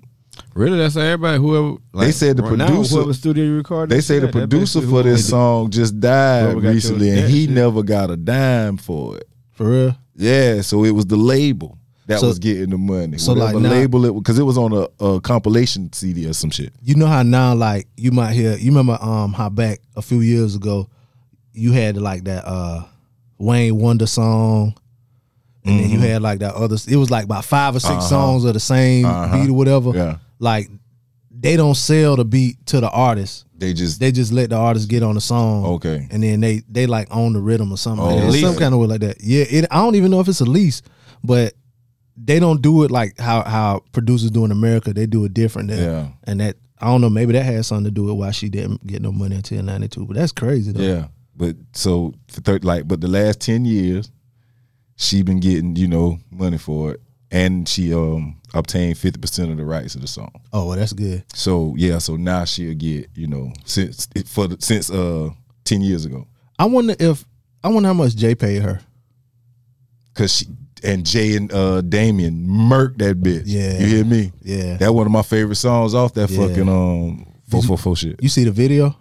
Really, that's how everybody. Whoever like,
They said the
right now,
producer-
whoever studio you recorded.
They say the
that, that
producer
basically
for
who
this
made
song just died
Whoever got
recently
killed.
and
Yeah,
he
shit.
never got a dime for it.
For real.
Yeah, so it was the label that
So-
was getting the money. So
so, like,
Whatever
now-
label it because it was on a, a compilation CD or some shit.
You know how now like you might hear you remember um how back a few years ago you had like that uh Wayne Wonder song and then you had like that other it was like about five or 6 songs of the same beat or whatever.
Yeah.
Like they don't sell the beat to the artist.
They just
They just let the artist get on the song.
Okay.
And then they they like own the rhythm or something.
Oh,
like that. It's
lease.
Some kind of way like that. Yeah. It, I don't even know if it's a lease, but they don't do it like how how producers do in America. They do it different. There.
Yeah.
and that I don't know. Maybe that had something to do with why she didn't get no money until '92. But that's crazy though.
Yeah, but so for thir- like, but the last ten years, she been getting you know money for it, and she um obtained fifty percent of the rights of the song.
Oh, well, that's good.
So yeah, so now she'll get you know since it for the, since uh ten years ago,
I wonder if I wonder how much Jay paid her.
cause she and Jay and uh Damien murked that bitch.
Yeah.
you hear me?
Yeah.
That one of my favorite songs off that
Yeah.
fucking um four four four shit.
you see the video?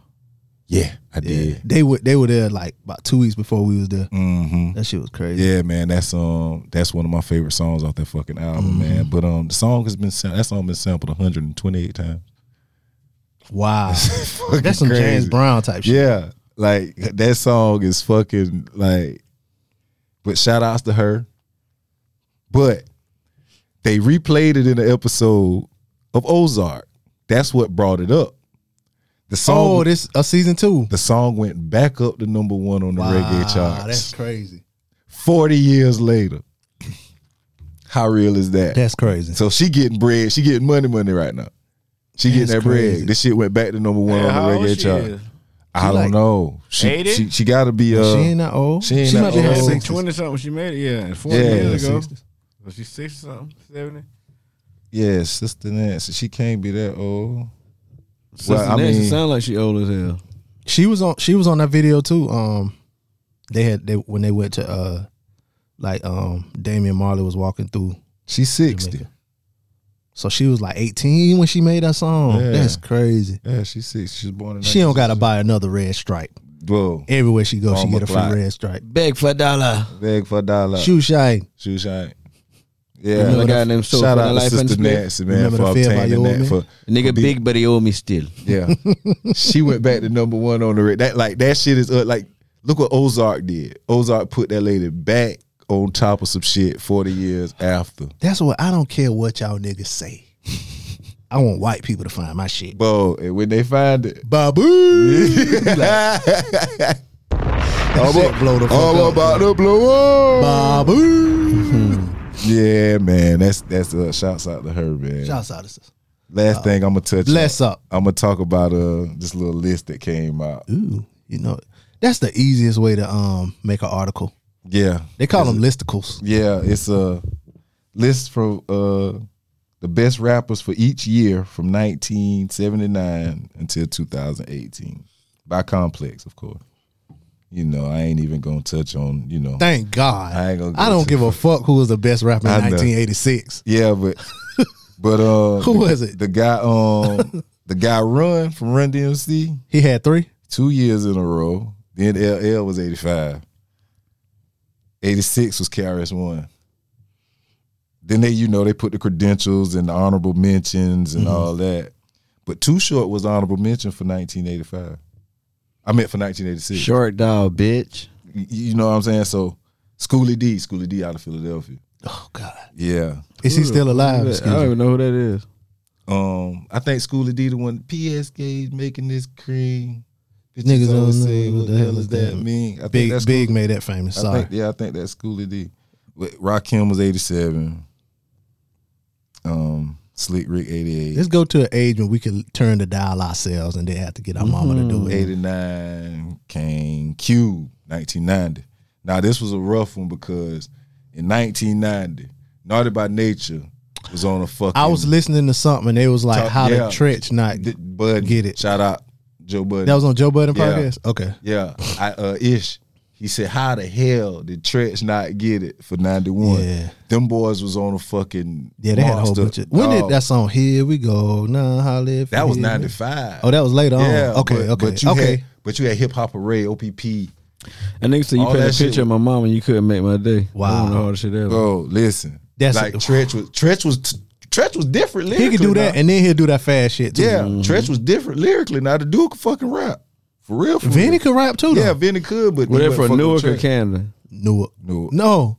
Yeah, I did.
They were they were there like about two weeks before we was there.
Mm-hmm.
That shit was crazy.
Yeah, man, that's um, that's one of my favorite songs off that fucking album,
Mm-hmm.
man. But um, the song has been sam- that song been sampled 128 times.
Wow.
Fucking
that's some James
crazy.
Brown type shit.
Yeah, like that song is fucking like. But shout outs to her. But they replayed it in the episode of Ozark. That's what brought it up. The song,
Oh, this a season two. Ah,
the song went back up to number one on the reggae charts.
That's crazy.
40 years later. How real is that?
That's crazy.
So she getting bread. She getting money, money right now. She getting
That's
that
crazy.
bread. This shit went back to number one
how
on
old
the reggae
she
chart.
is?
I don't
like
know. She,
80?
she she gotta be uh
she ain't that old.
she ain't that
might be in her
old.
Yeah,
60s.
Oh, twenty something. She made it. Yeah, and forty
Yeah,
years ago.
60s.
Was she sixty something? Seventy.
yeah, sister Nancy. She can't be that old.
Sister
I
Nancy
mean-
sound like she old as hell.
She was on she was on that video too. Um they had they when they went to uh like um Damian Marley was walking through
She's sixty.
Jamaica. So she was like 18 when she made that song.
Yeah.
That's crazy.
Yeah, she's six. She's born in
She don't gotta
96.
buy another red stripe.
Whoa.
Everywhere she goes, she
Mama
get a free
Black.
red stripe.
Beg for a dollar.
Beg for a dollar.
Shoe shine.
Shoe shine.
Remember
Yeah.
the guy named Soul
Shout
for the
out to
Life and
Sister
Spirit?
Nancy, man,
Remember
for
the Fear by
obtaining
Your
that
Man?
for
Nigga
be-
big, but he owe me still.
Yeah, she went back to number one on the ra- that like that shit is uh, like look what Ozark did. Ozark put that lady back on top of some shit forty years after.
That's what I don't care what y'all niggas say. I want white people to find my shit.
Bo, and when they find it,
Babu.
I'm
shit blow the fuck up,
about to blow up.
Babu.
Yeah, man, that's that's uh, shouts out to her, man.
Shouts out to sis.
Last thing I'm gonna touch.
Bless up.
I'm gonna talk about uh this little list that came out.
Ooh, you know, that's the easiest way to um make an article.
Yeah,
They call them listicles.
Yeah, it's a list from uh, the best rappers for each year from 1979 until 2018 by Complex, of course. You know, I ain't even gonna touch on you know.
Thank God.
I
I,
ain't gonna go
don't
too
give a fuck who was the best rapper in
I know.
1986.
Yeah, but but uh,
Who
the-
was it?
The guy um the guy Run from Run DMC
He had three.
two years in a row. Then LL was 85. 86 was KRS1. Then they, you know, they put the credentials and the honorable mentions and
Mm-hmm.
all that. But Too Short was honorable mention for 1985. I meant for 1986.
Short doll, bitch.
Y- You know what I'm saying? So Schoolie D, Schoolie D out of Philadelphia.
Oh God.
Yeah.
Is he
Who the
still alive?
I
Excuse me.
don't even know who that is.
Um, I think Schoolie D the one PS Gage making this cream. Bitches
Niggas don't
always
know
say,
what the hell is that?"
mean? I think
Big
that's
Big made that famous.
I
Sorry.
think, yeah, I think that's Schoolie D. But Rakim was 87. Um, Slick Rick 88.
Let's go to an age when we could turn the dial ourselves and then have to get our mama to
Mm-hmm.
do it.
89 Kane Q 1990. Now this was a rough one because in 1990, Naughty by Nature was on a fucking
I was listening to something and they was like,
Talk-
how
yeah.
did Trench not
D- Buddy.
Get it.
Shout out Joe Budden.
that was on Joe Budden
Yeah.
podcast? Okay.
yeah, I uh ish. He said, "How the hell did Tretch not get it for '91?
Yeah.
Them boys was on a fucking
Yeah, they had a whole
monster.
bunch of when did
Dog.
that song Here We Go, Nah Holly.
That was
Here We-
ninety five.
Oh, that was later
yeah.
on. Okay,
but,
okay.
But you
okay.
had, but you had hip hop array, OPP.
And nigga said you
All
painted a
that
picture
shit
of my mom and you couldn't make my day.
Wow.
I don't know how the shit ever.
Bro, listen,
That's-
like Tretch was Tretch was Tretch was different lyrically.
he could do that
now.
and Mm-hmm. then he'll do that fast shit too.
yeah, Tretch was different lyrically. Now the dude could fucking rap for real. For
Vinny
real.
could rap too though.
yeah, Vinny could, but
Were
he
they
wasn't
from
fucking with
Newark or
Tretch.
Camden?
Newark.
Newark.
No.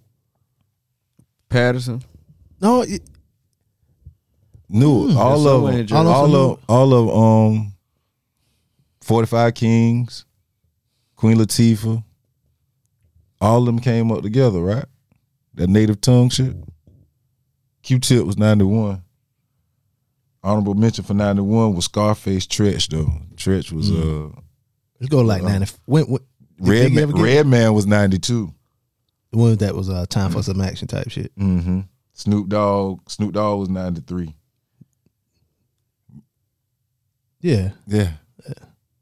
Patterson.
No, it- Hmm.
Newark, all
There's
of
so many
them,
jerks.
all of all of um, forty five kings, Queen Latifah, all of them came up together, right? That native tongue shit. Q Tip was 91. Honorable mention for 91 was Scarface Tretch, though. Tretch was uh
Let's go like ninety. When, when Hmm. did
Red
Biggie
Man,
ever get-
Red Man was 92.
when that was uh, time for some action type shit.
Mm-hmm. Snoop Dogg, Snoop Dogg was 93.
Yeah,
Yeah.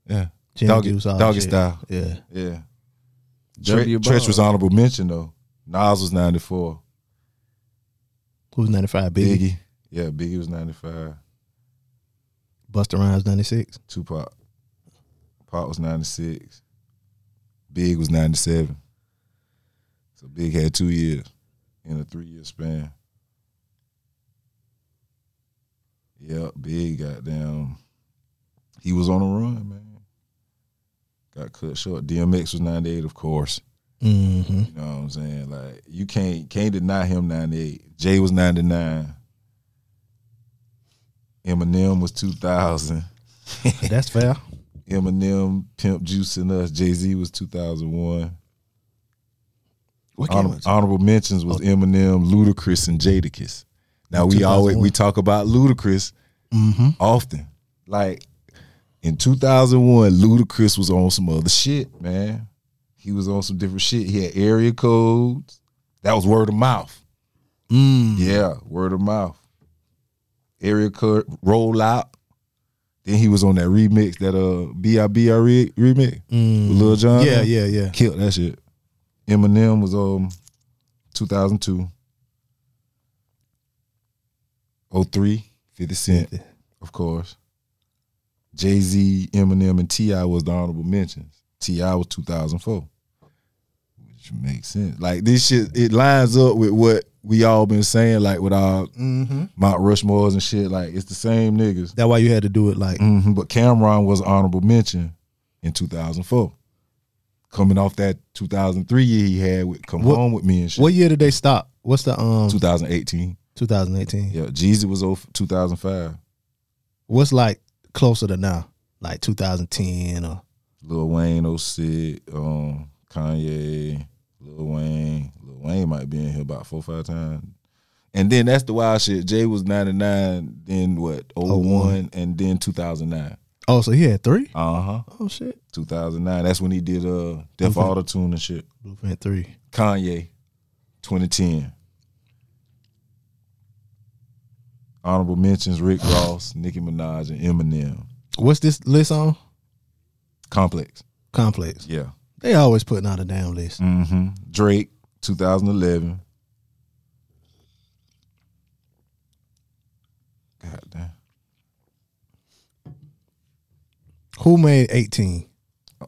Yeah.
Jim
Doggy-
Juice, all that
Doggy
shit.
style.
Yeah,
Yeah. Tre-
W
Tretch
Ball.
was honorable mention though. Nas was 94.
who was ninety five? Biggie,
Biggie. Yeah, Biggie was 95.
Buster Rhymes ninety six.
Tupac. Pac was 96. Big was 97. So Big had two years in a three year span. Yep, Big got down. He was on the run, man. Got cut short. DMX was 98, of course.
Mm-hmm.
You know what I'm saying? Like you can't can't deny him 98. Jay was 99. Eminem was 2000.
That's fair.
Eminem, Pimp Juice, and Us. Jay Z was 2001.
What
Honor- honorable mentions was Eminem, Ludacris, and Jadakiss. Now we always
2001.
we talk about Ludacris
Mm-hmm.
often. Like in 2001, Ludacris was on some other shit, man. He was on some different shit. He had area codes. That was word of mouth.
Mm.
Yeah, word of mouth. Area code roll out. Then he was on that remix, that uh B.I.B.I. re- remix
Mm.
with Lil Jon.
Yeah, yeah, yeah.
Killed that shit. Eminem was um 2002. 03, 50 Cent, of course. Jay Z, Eminem, and T.I. was the honorable mentions. T.I. was 2004. Which makes sense. Like this shit, it lines up with what we all been saying, like with our
Mm-hmm.
Mount Rushmores and shit. Like it's the same niggas.
That's why you had to do it like
Mhm, but Cameron was honorable mention in 2004. Coming off that 2003 year he had with Come
What-
Home With Me and shit.
What year did they stop? What's the um
2018.
2018?
Yeah, Jeezy was oh, over 2005.
What's like closer to now? Like 2010 or
Lil Wayne 06, um, Kanye, Lil Wayne. Lil Wayne might be in here about four five times. And then that's the wild shit. Jay was 99, then what, 01, and then 2009.
oh, so he had three.
Uh huh.
Oh shit,
2009. That's when he did uh, Def
Okay.
Auto Tune and shit.
Blueprint three.
Kanye, 2010. Honorable mentions: Rick Ross, Nicki Minaj, and Eminem.
What's this list on?
Complex.
Complex.
Yeah.
They always putting out a damn list.
Mm-hmm. Drake, 2011. God damn.
Who made 18?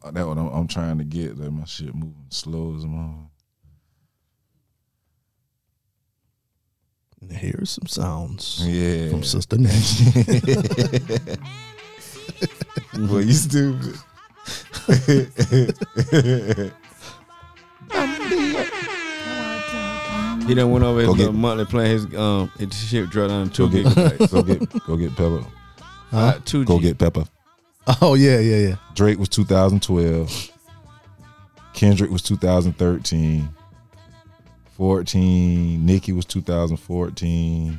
Oh, that what I'm, I'm trying to get. That my shit moving slow as a mother.
Here's some sounds
Yeah.
from Sister Nash.
well, you stupid.
He done went over his
Go get-
little monthly plan. His um, his shit dropped down to two
Go get,
gigabytes.
go get, go get Pepper.
Uh, two
Go
G.
get Pepper.
Oh yeah, yeah, yeah.
Drake was 2012. Kendrick was 2013. 14. Nicki was 2014.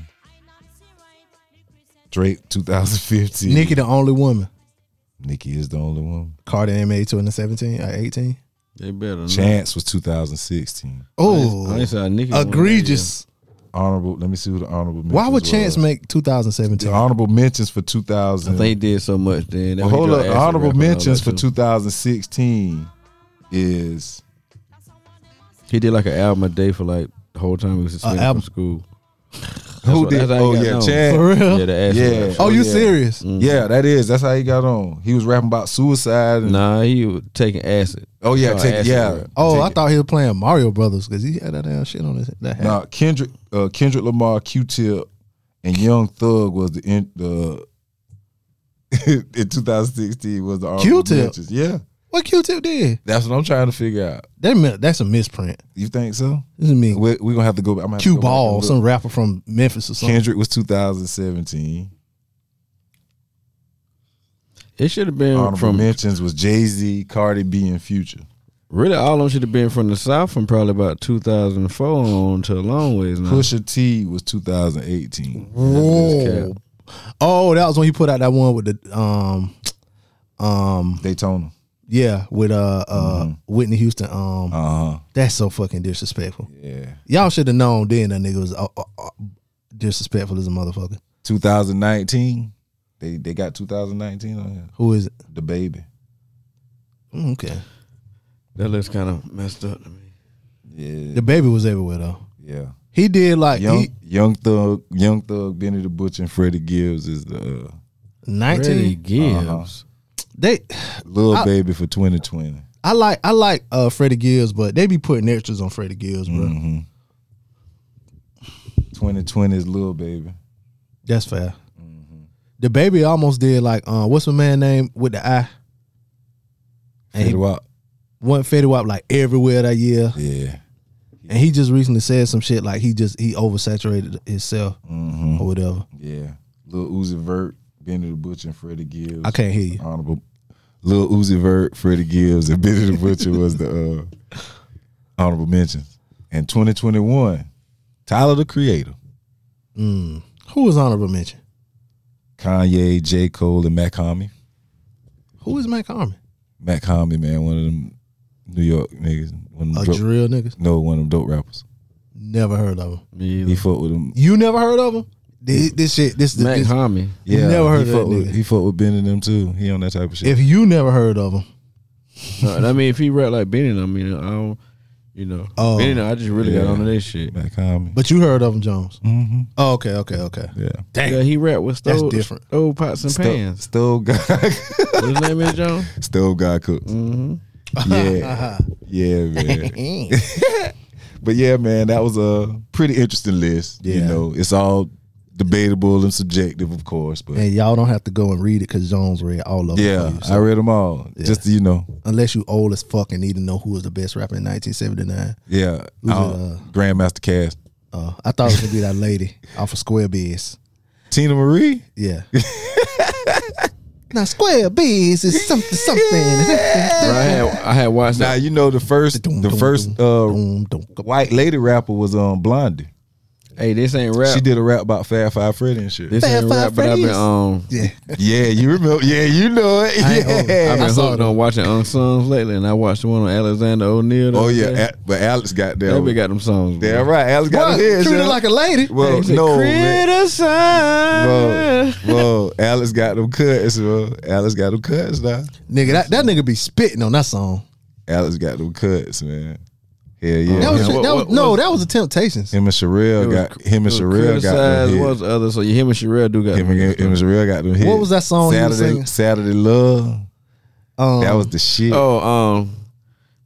Drake 2015.
Nikki the only woman.
Nicki is the only one.
Carter ain't made two in the 17 or 18.
They better. not.
Chance was 2016.
I ain't
Oh,
saw Nicki one
egregious.
Honorable. Let me see who the honorable. Mentions
Why would Chance
was.
make
The
2017?
honorable mentions for
that year.
2000.
I think he did so much then. That
Well,
he
hold
dropped
up.
acid
The honorable
rap and all
mentions
that
for
too.
2016 is
He did like an album a day for like the whole time he was suspended
album.
from school.
who
what-
did?
that's how he
Oh
got
yeah,
known.
Chance.
For real?
Yeah, the acid
Yeah.
rap.
Oh,
Oh,
you
yeah.
serious?
Mm.
Yeah, that is. That's how he got on. He was rapping about suicide. And,
Nah, he was taking acid.
Oh yeah,
Oh,
take,
acid
yeah.
rap.
Oh, I
Take it.
thought he was playing Mario Brothers because he had that damn shit on his that hat.
Nah, Kendrick, uh, Kendrick Lamar, Q-Tip, and Young Thug was the in, the in 2016 was the honorable
Q-Tip?
mentions. Yeah,
What Q-Tip did?
that's what I'm trying to figure out.
That mi- that's a misprint.
You think so?
This is me.
We're, we gonna have to go. I'm gonna have to
Q
go back
Ball,
and
some
look.
rapper from Memphis or something.
Kendrick was 2017.
It should have been
Honorable
from
mentions was Jay Z, Cardi B, and Future.
Really, all them should have been from the South from probably about 2004 on to a long ways now.
Pusha T was 2018.
Whoa. Oh, that was when he put out that one with the um um
Daytona.
yeah, with uh uh Whitney Houston. Um
Uh huh.
that's so fucking disrespectful.
Yeah.
Y'all should have known then that nigga was uh, uh, uh, disrespectful as a motherfucker.
2019. They they got 2019 on here.
Who is it?
The baby.
Mm, Okay.
That looks kind of messed up to me.
Yeah.
The baby was everywhere though.
Yeah.
He did like
Young
he,
Young Thug, Young Thug, Benny the Butcher, and Freddie Gibbs is the uh,
19
Freddie Gibbs.
Uh-huh.
they
little
I-
baby for 2020.
I like I like uh Freddie Gibbs, but they be putting extras on Freddie Gibbs, bro.
Mhm. 2020 is little baby.
That's fair. The baby almost did like uh what's my man name with the eye? And he
Fetty Wap.
went Fetty Wap like everywhere that year.
Yeah.
And he just recently said some shit like he just he oversaturated himself
hmm
or whatever.
Yeah. Little Uzi Vert, Benny the Butcher, and Freddie Gibbs.
I can't hear you.
Honorable Lil Uzi Vert, Freddie Gibbs, and Benny the Butcher was the uh, honorable mentions. And 2021, Tyler the Creator,
Mm. Who was honorable mention?
Kanye, J. Cole, and Mac Homie.
Who is Mac Harmon?
Mac Homie, man, one of them New York niggas. One
A
of them dope,
drill niggas.
no, one of them dope rappers.
Never heard of him.
Me
He
either.
fucked with him.
You never heard of him? This, this shit. This,
Mac
this
Homie.
Yeah,
Never heard
he
of that
fucked with,
nigga.
He fucked with Ben and them too. He on that type of shit.
if you never heard of him,
No, Uh, I mean, if he rap like Benny, I mean, I don't, you know.
Oh.
Benny, I just really
Yeah.
got onto that shit.
Mac Homie.
but you heard of him, Jones.
hmm
Oh, okay, okay, okay.
Yeah.
Yeah, he rap with
That's
stove,
different.
stove pots and
Stove,
pans.
stove guy.
His name is John.
stove guy cooks.
Mm-hmm.
Yeah. yeah, man.
Mm.
But yeah, man, that was a pretty interesting list. You
Yeah.
know, it's all debatable and subjective, of course, but
and y'all don't have to go and read it because Jones read all of
yeah,
it. for you, so-
I read them all. Just you know,
unless you old as fuck and need to know who was the best rapper in 1979.
yeah,
Who's
I'll-
it, uh,
Grandmaster Cast,
Uh, I thought it was gonna be that lady off of Square Biz.
Tina Marie.
Yeah. now Square Biz is something something.
I had I had watched
Now
that.
you know the first, the first uh,
Boom, dum, dum.
white lady rapper was um Blondie.
Hey, this ain't rap.
She did a rap about Fab Five Freddy and shit.
this
Fat
ain't rap,
Five
but I've been
Freddy's.
um
Yeah.
yeah, you remember? Yeah, you know it.
I ain't old.
Yeah.
I've been
I saw
hooked
that.
on watching Unsung lately, and I watched the one on Alexander O'Neal. the
Oh
other
yeah,
day.
A- but Alex
that
got there.
bitch got them songs.
Yeah, right. Alex got
What?
his. head.
Treat her
yeah.
like a lady.
well, no, man. Whoa,
Criticize.
whoa, Alex got them cuts, bro. Alex got them cuts now.
Nigga, that, that nigga be spitting on that song.
Alex got them cuts, man. Hell yeah.
Oh, That was,
him,
what-
that was
what-
no,
what-
that was the Temptations.
him and
It
Sherelle
was
got
cr-
him and
it
Sherelle got them
criticized
hit.
was the other. So yeah, him and Sherelle do got
Him and, him and Sherelle got them hit.
What was that song he was
Saturday,
singing?
Saturday Love.
Um,
That was the shit.
Oh, um.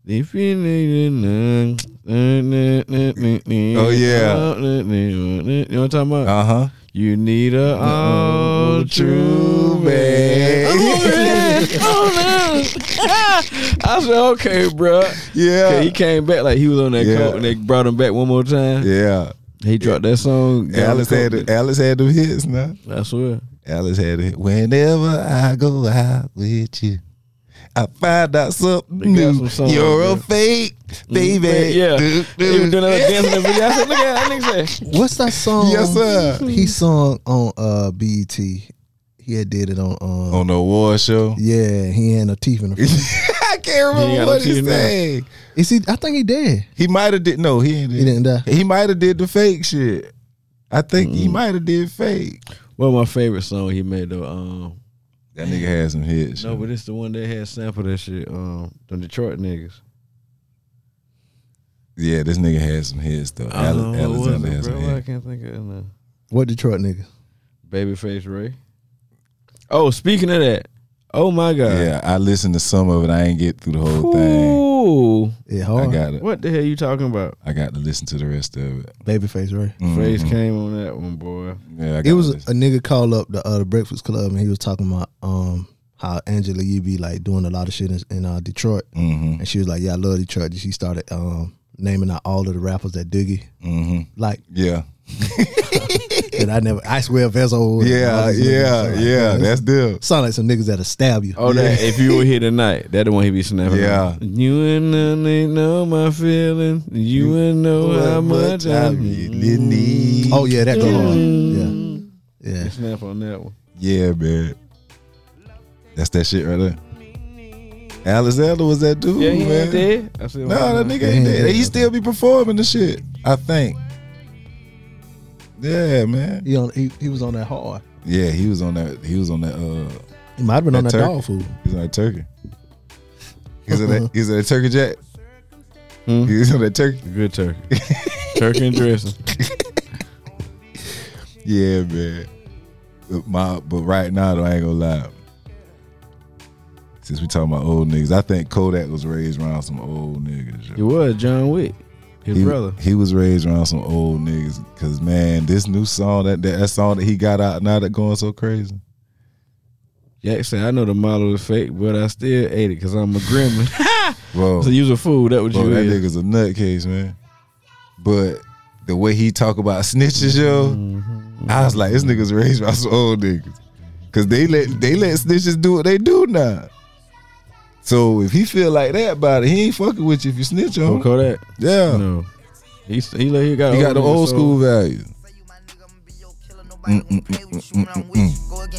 If you need it, uh,
Oh,
oh
yeah.
you know what I'm talking about?
Uh huh.
you need a all true Oh, man. Oh, I said, okay, bro.
yeah.
He came back like he was on that
Yeah.
coke, and they brought him back one more time.
Yeah.
He dropped that song. got
Alex
on
had
coke.
the, Alex had them hits now.
I swear.
Alex had it. Whenever I go out with you, I find out something
They got
new.
some songs,
You're a
yeah.
fake, baby.
Yeah.
Do, do.
He was doing that dance in the video. I said, look at that nigga say.
What's that song?
Yes, sir.
He sung on uh BET. He had did it on uh
On the award show.
yeah. He had no teeth in the.
I can't
He ain't
remember
got
what
no
he
teeth now.
said.
Is he? I think he did.
He might have did no, he ain't did.
He didn't die.
He might have did the fake shit. I think he might have did fake.
Well, my favorite song he made though. Um,
That nigga had some hits.
no, but it's the one that had sample that shit. Um, the Detroit niggas.
yeah, this nigga had some hits though.
I don't
Ale-
know what
Alexander
it
had
was,
some
bro. I
hits.
can't think of it now.
What Detroit nigga?
Babyface Ray. Oh, speaking of that, oh my god.
Yeah, I listened to some of it. I ain't get through the whole thing.
Ooh,
Yeah,
I
hard.
got it.
what the hell you talking about?
I got to listen to the rest of it.
Babyface Ray.
Mhm.
Face came on that one, boy.
Yeah, I
It
gotta
was a
listen.
nigga called up the uh, the Breakfast Club and he was talking about um how Angela you be like doing a lot of shit in, in uh, Detroit
Mhm.
and she was like yeah I love Detroit. And she started
mm-hmm.
um naming out all of the rappers that Doogie
Mhm.
like
Yeah.
that I never. I swear, Vezo.
Yeah, yeah, yeah. That's them.
Sound like some niggas that'll stab you.
Oh, that if you were here tonight, that the one he be snapping.
Yeah.
on. You and I ain't know my feelings. You and know how much I
really need.
Oh yeah, that go hard. Yeah, yeah.
Snap on that one.
Yeah, man. That's that shit right there. Alexander was that dude,
Yeah, he
man.
ain't dead. I said,
No, that nigga
Yeah,
ain't
he
dead.
ain't
He
dead.
still be performing the shit, I think. Yeah, man.
He on. He, he was on that hard.
Yeah, he was on that. He was on that. Uh,
He might have been on
That
that
turkey.
dog food.
he was on that turkey. He's on that. He's on that turkey jack.
Uh-huh. Hmm?
He's on that turkey.
Good turkey. turkey and dressing.
Yeah, man. But my, but right now though, I ain't gonna lie. Since we talking about old niggas, I think Kodak was raised around some old niggas. yo.
It was John Wick, his
he,
brother.
He was raised around some old niggas. Cause man, this new song that that, that song that he got out now that going so crazy.
Jack said, I know the model is fake, but I still ate it because I'm a gremlin.
Bro,
so you was a fool. That what
bro
you
that
is.
nigga's a nutcase, man. But the way he talk about snitches, yo,
Mm-hmm.
I was like, this nigga's raised around some old niggas. Cause they let they let snitches do what they do now. So if he feel like that about it, he ain't fucking with you if you snitch on
Oh,
him.
Kodak?
Yeah.
No. He, s- he, like- he got,
He got the
niggas,
old
so-
school values.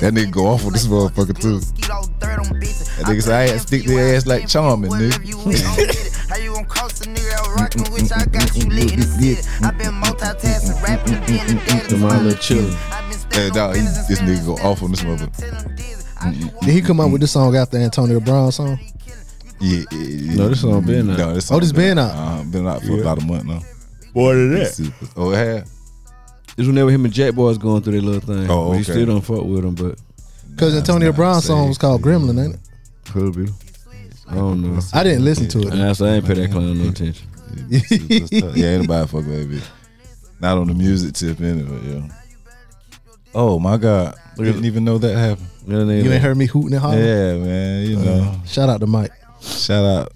That nigga go off with this motherfucker too. That
nigga say, "I had to stick their ass like Charmin, nigga."
How you gon' cross a nigga out rockin' with I got you lit in the city. i been multitasking, rapping, being a dad to
My
my
little
little
children.
children.
Hey, dawg, he- this nigga go off on this
Did he come out with this song after Antonio Brown song?
Yeah, yeah, yeah.
No, this song been out.
No, this
Oh,
song
this been out.
Uh, been out for about a month now.
More than
Super- Oh, it had.
This whenever him and Jack Boy's going through their little thing.
Oh,
But
okay.
He still don't fuck with him, but
Because
Nah,
Antonio
nah,
Brown's song
say-
was called Gremlin, ain't it?
could be. I don't know.
I didn't listen to it.
I, I ain't pay that clown no attention.
Super tough. yeah, ain't nobody fuck with that bitch. Not on the music tip anyway, yo. Oh my god, didn't even know that happened.
You ain't heard me hooting and hollering.
Yeah, man, you know.
Uh-huh.
Shout out to Mike.
Shout out,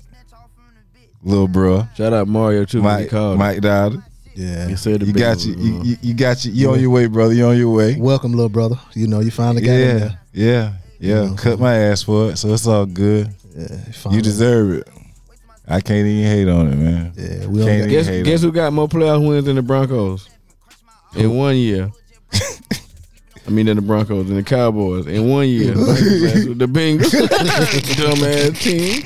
little bro,
Shout out Mario too. when he
Mike,
called.
Mike Dowdy.
Yeah.
He said the
You
big
got
one,
you,
uh,
you, you, you got you. You on your way, brother. You on your way.
Welcome, little brother. You know, you finally got in
Yeah,
there.
yeah, yeah.
Mhm.
Cut my ass for it, so it's all good.
Yeah,
You
finally.
deserve it. I can't even hate on it, man.
Yeah, we
Can't
don't got,
even-
Guess,
hater.
guess who got more playoff wins than the Broncos in one year? I mean, than the Broncos and the Cowboys in one year. the Bengals, dumbass team.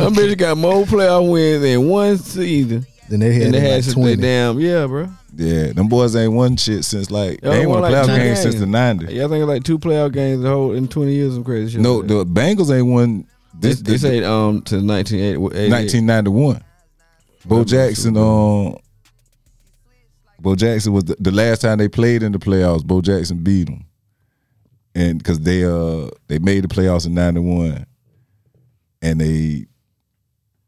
Them bitches got more playoff wins in one season
then they had,
than they
like
had since they
20.
damn yeah, bro.
Yeah, them boys ain't won shit since like
Y'all
they ain't
won
won a
like
playoff
ten
game since
games.
the '90s.
Y'all think it's like two playoff games the whole in twenty years? Some crazy shit.
No,
like that.
the Bengals ain't won.
they,
This,
they
this
say um to nineteen eighty.
1991. Bo
Remember
Jackson,
Super
um, Bo Jackson was the, the last time they played in the playoffs. Bo Jackson beat them, and because they uh they made the playoffs in '91, and they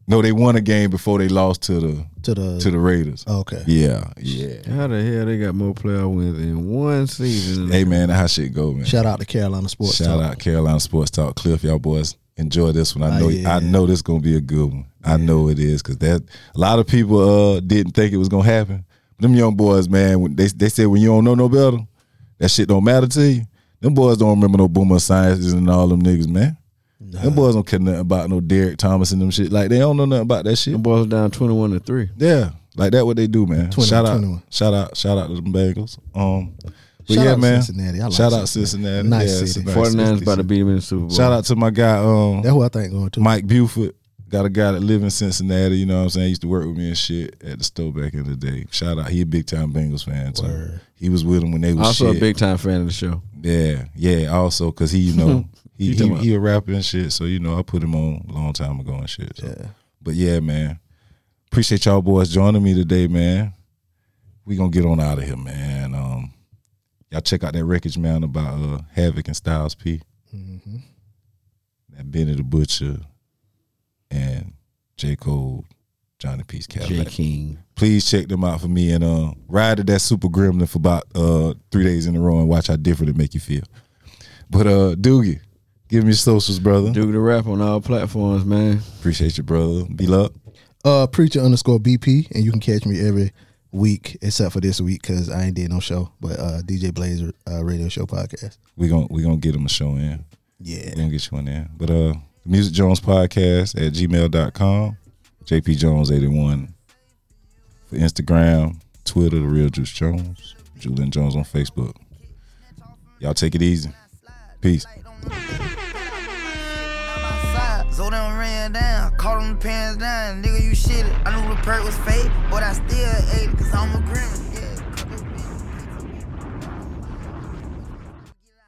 no they won a game before they lost to the
to the,
to the Raiders.
Oh, okay.
Yeah, yeah.
How the hell they got more playoff wins in one season?
Hey man, that's how shit go, man.
Shout out to Carolina Sports.
Shout
Talk.
out Carolina Sports Talk. Cliff, y'all boys enjoy this one. I
Ah,
know
yeah.
I know this gonna be a good one. I know it is because that a lot of people uh didn't think it was gonna happen. But them young boys, man, when they they said when you don't know no better, that shit don't matter to you. Them boys don't remember no boomer sciences and all them niggas, man. Them boys don't care nothing about no Derek Thomas and them shit. Like they don't know nothing about that shit.
Them boys down twenty one to three.
Yeah. Like that what they do, man.
20,
shout out
21.
shout out shout out to them Bengals. Um but
Shout
yeah,
out to
man.
Cincinnati. I like
shout out
Cincinnati.
Cincinnati.
Nice
yeah, it's a
city.
nice
49ers
city.
about to beat them in the Super Bowl.
Shout out to my guy, um,
That's who I think going to.
Mike Buford. Got a guy that live in Cincinnati. You know what I'm saying? He used to work with me and shit at the store back in the day. Shout out, he a big time Bengals fan too. He was with him when they was
Also
shit.
a big time fan of the show.
yeah, yeah. Also, cause he you know he
You
he,
talking about-
he a rapper and shit. So you know I put him on a long time ago and shit. so. But yeah, man. Appreciate y'all boys joining me today, man. We gonna get on out of here, man. Um, y'all check out that wreckage man about uh Havoc and Styles P.
Mm-hmm.
That Benny the Butcher and J. Cole, Johnny Peace
J
Cadillac.
King.
Please check them out for me and uh ride to that super gremlin for about uh three days in a row and watch how different it make you feel. But uh Doogie, give me your socials, brother.
Duke the rap on all platforms, man.
Appreciate you, brother. Be love.
Uh, preacher underscore BP, and you can catch me every week, except for this week because I ain't did no show. But uh, DJ Blaze uh, radio show podcast.
We gonna we gonna get him a show in.
Yeah,
We gonna get you in there. But uh Music Jones Podcast at gmail.com, JP Jones eighty one for Instagram, Twitter, the real Juice Jones, Julian Jones on Facebook. Y'all take it easy. Peace.
outside. So them ran down, caught them pants down. Nigga, you shit it. I knew the perk was fake, but I still ate it, cause I'm a grimace.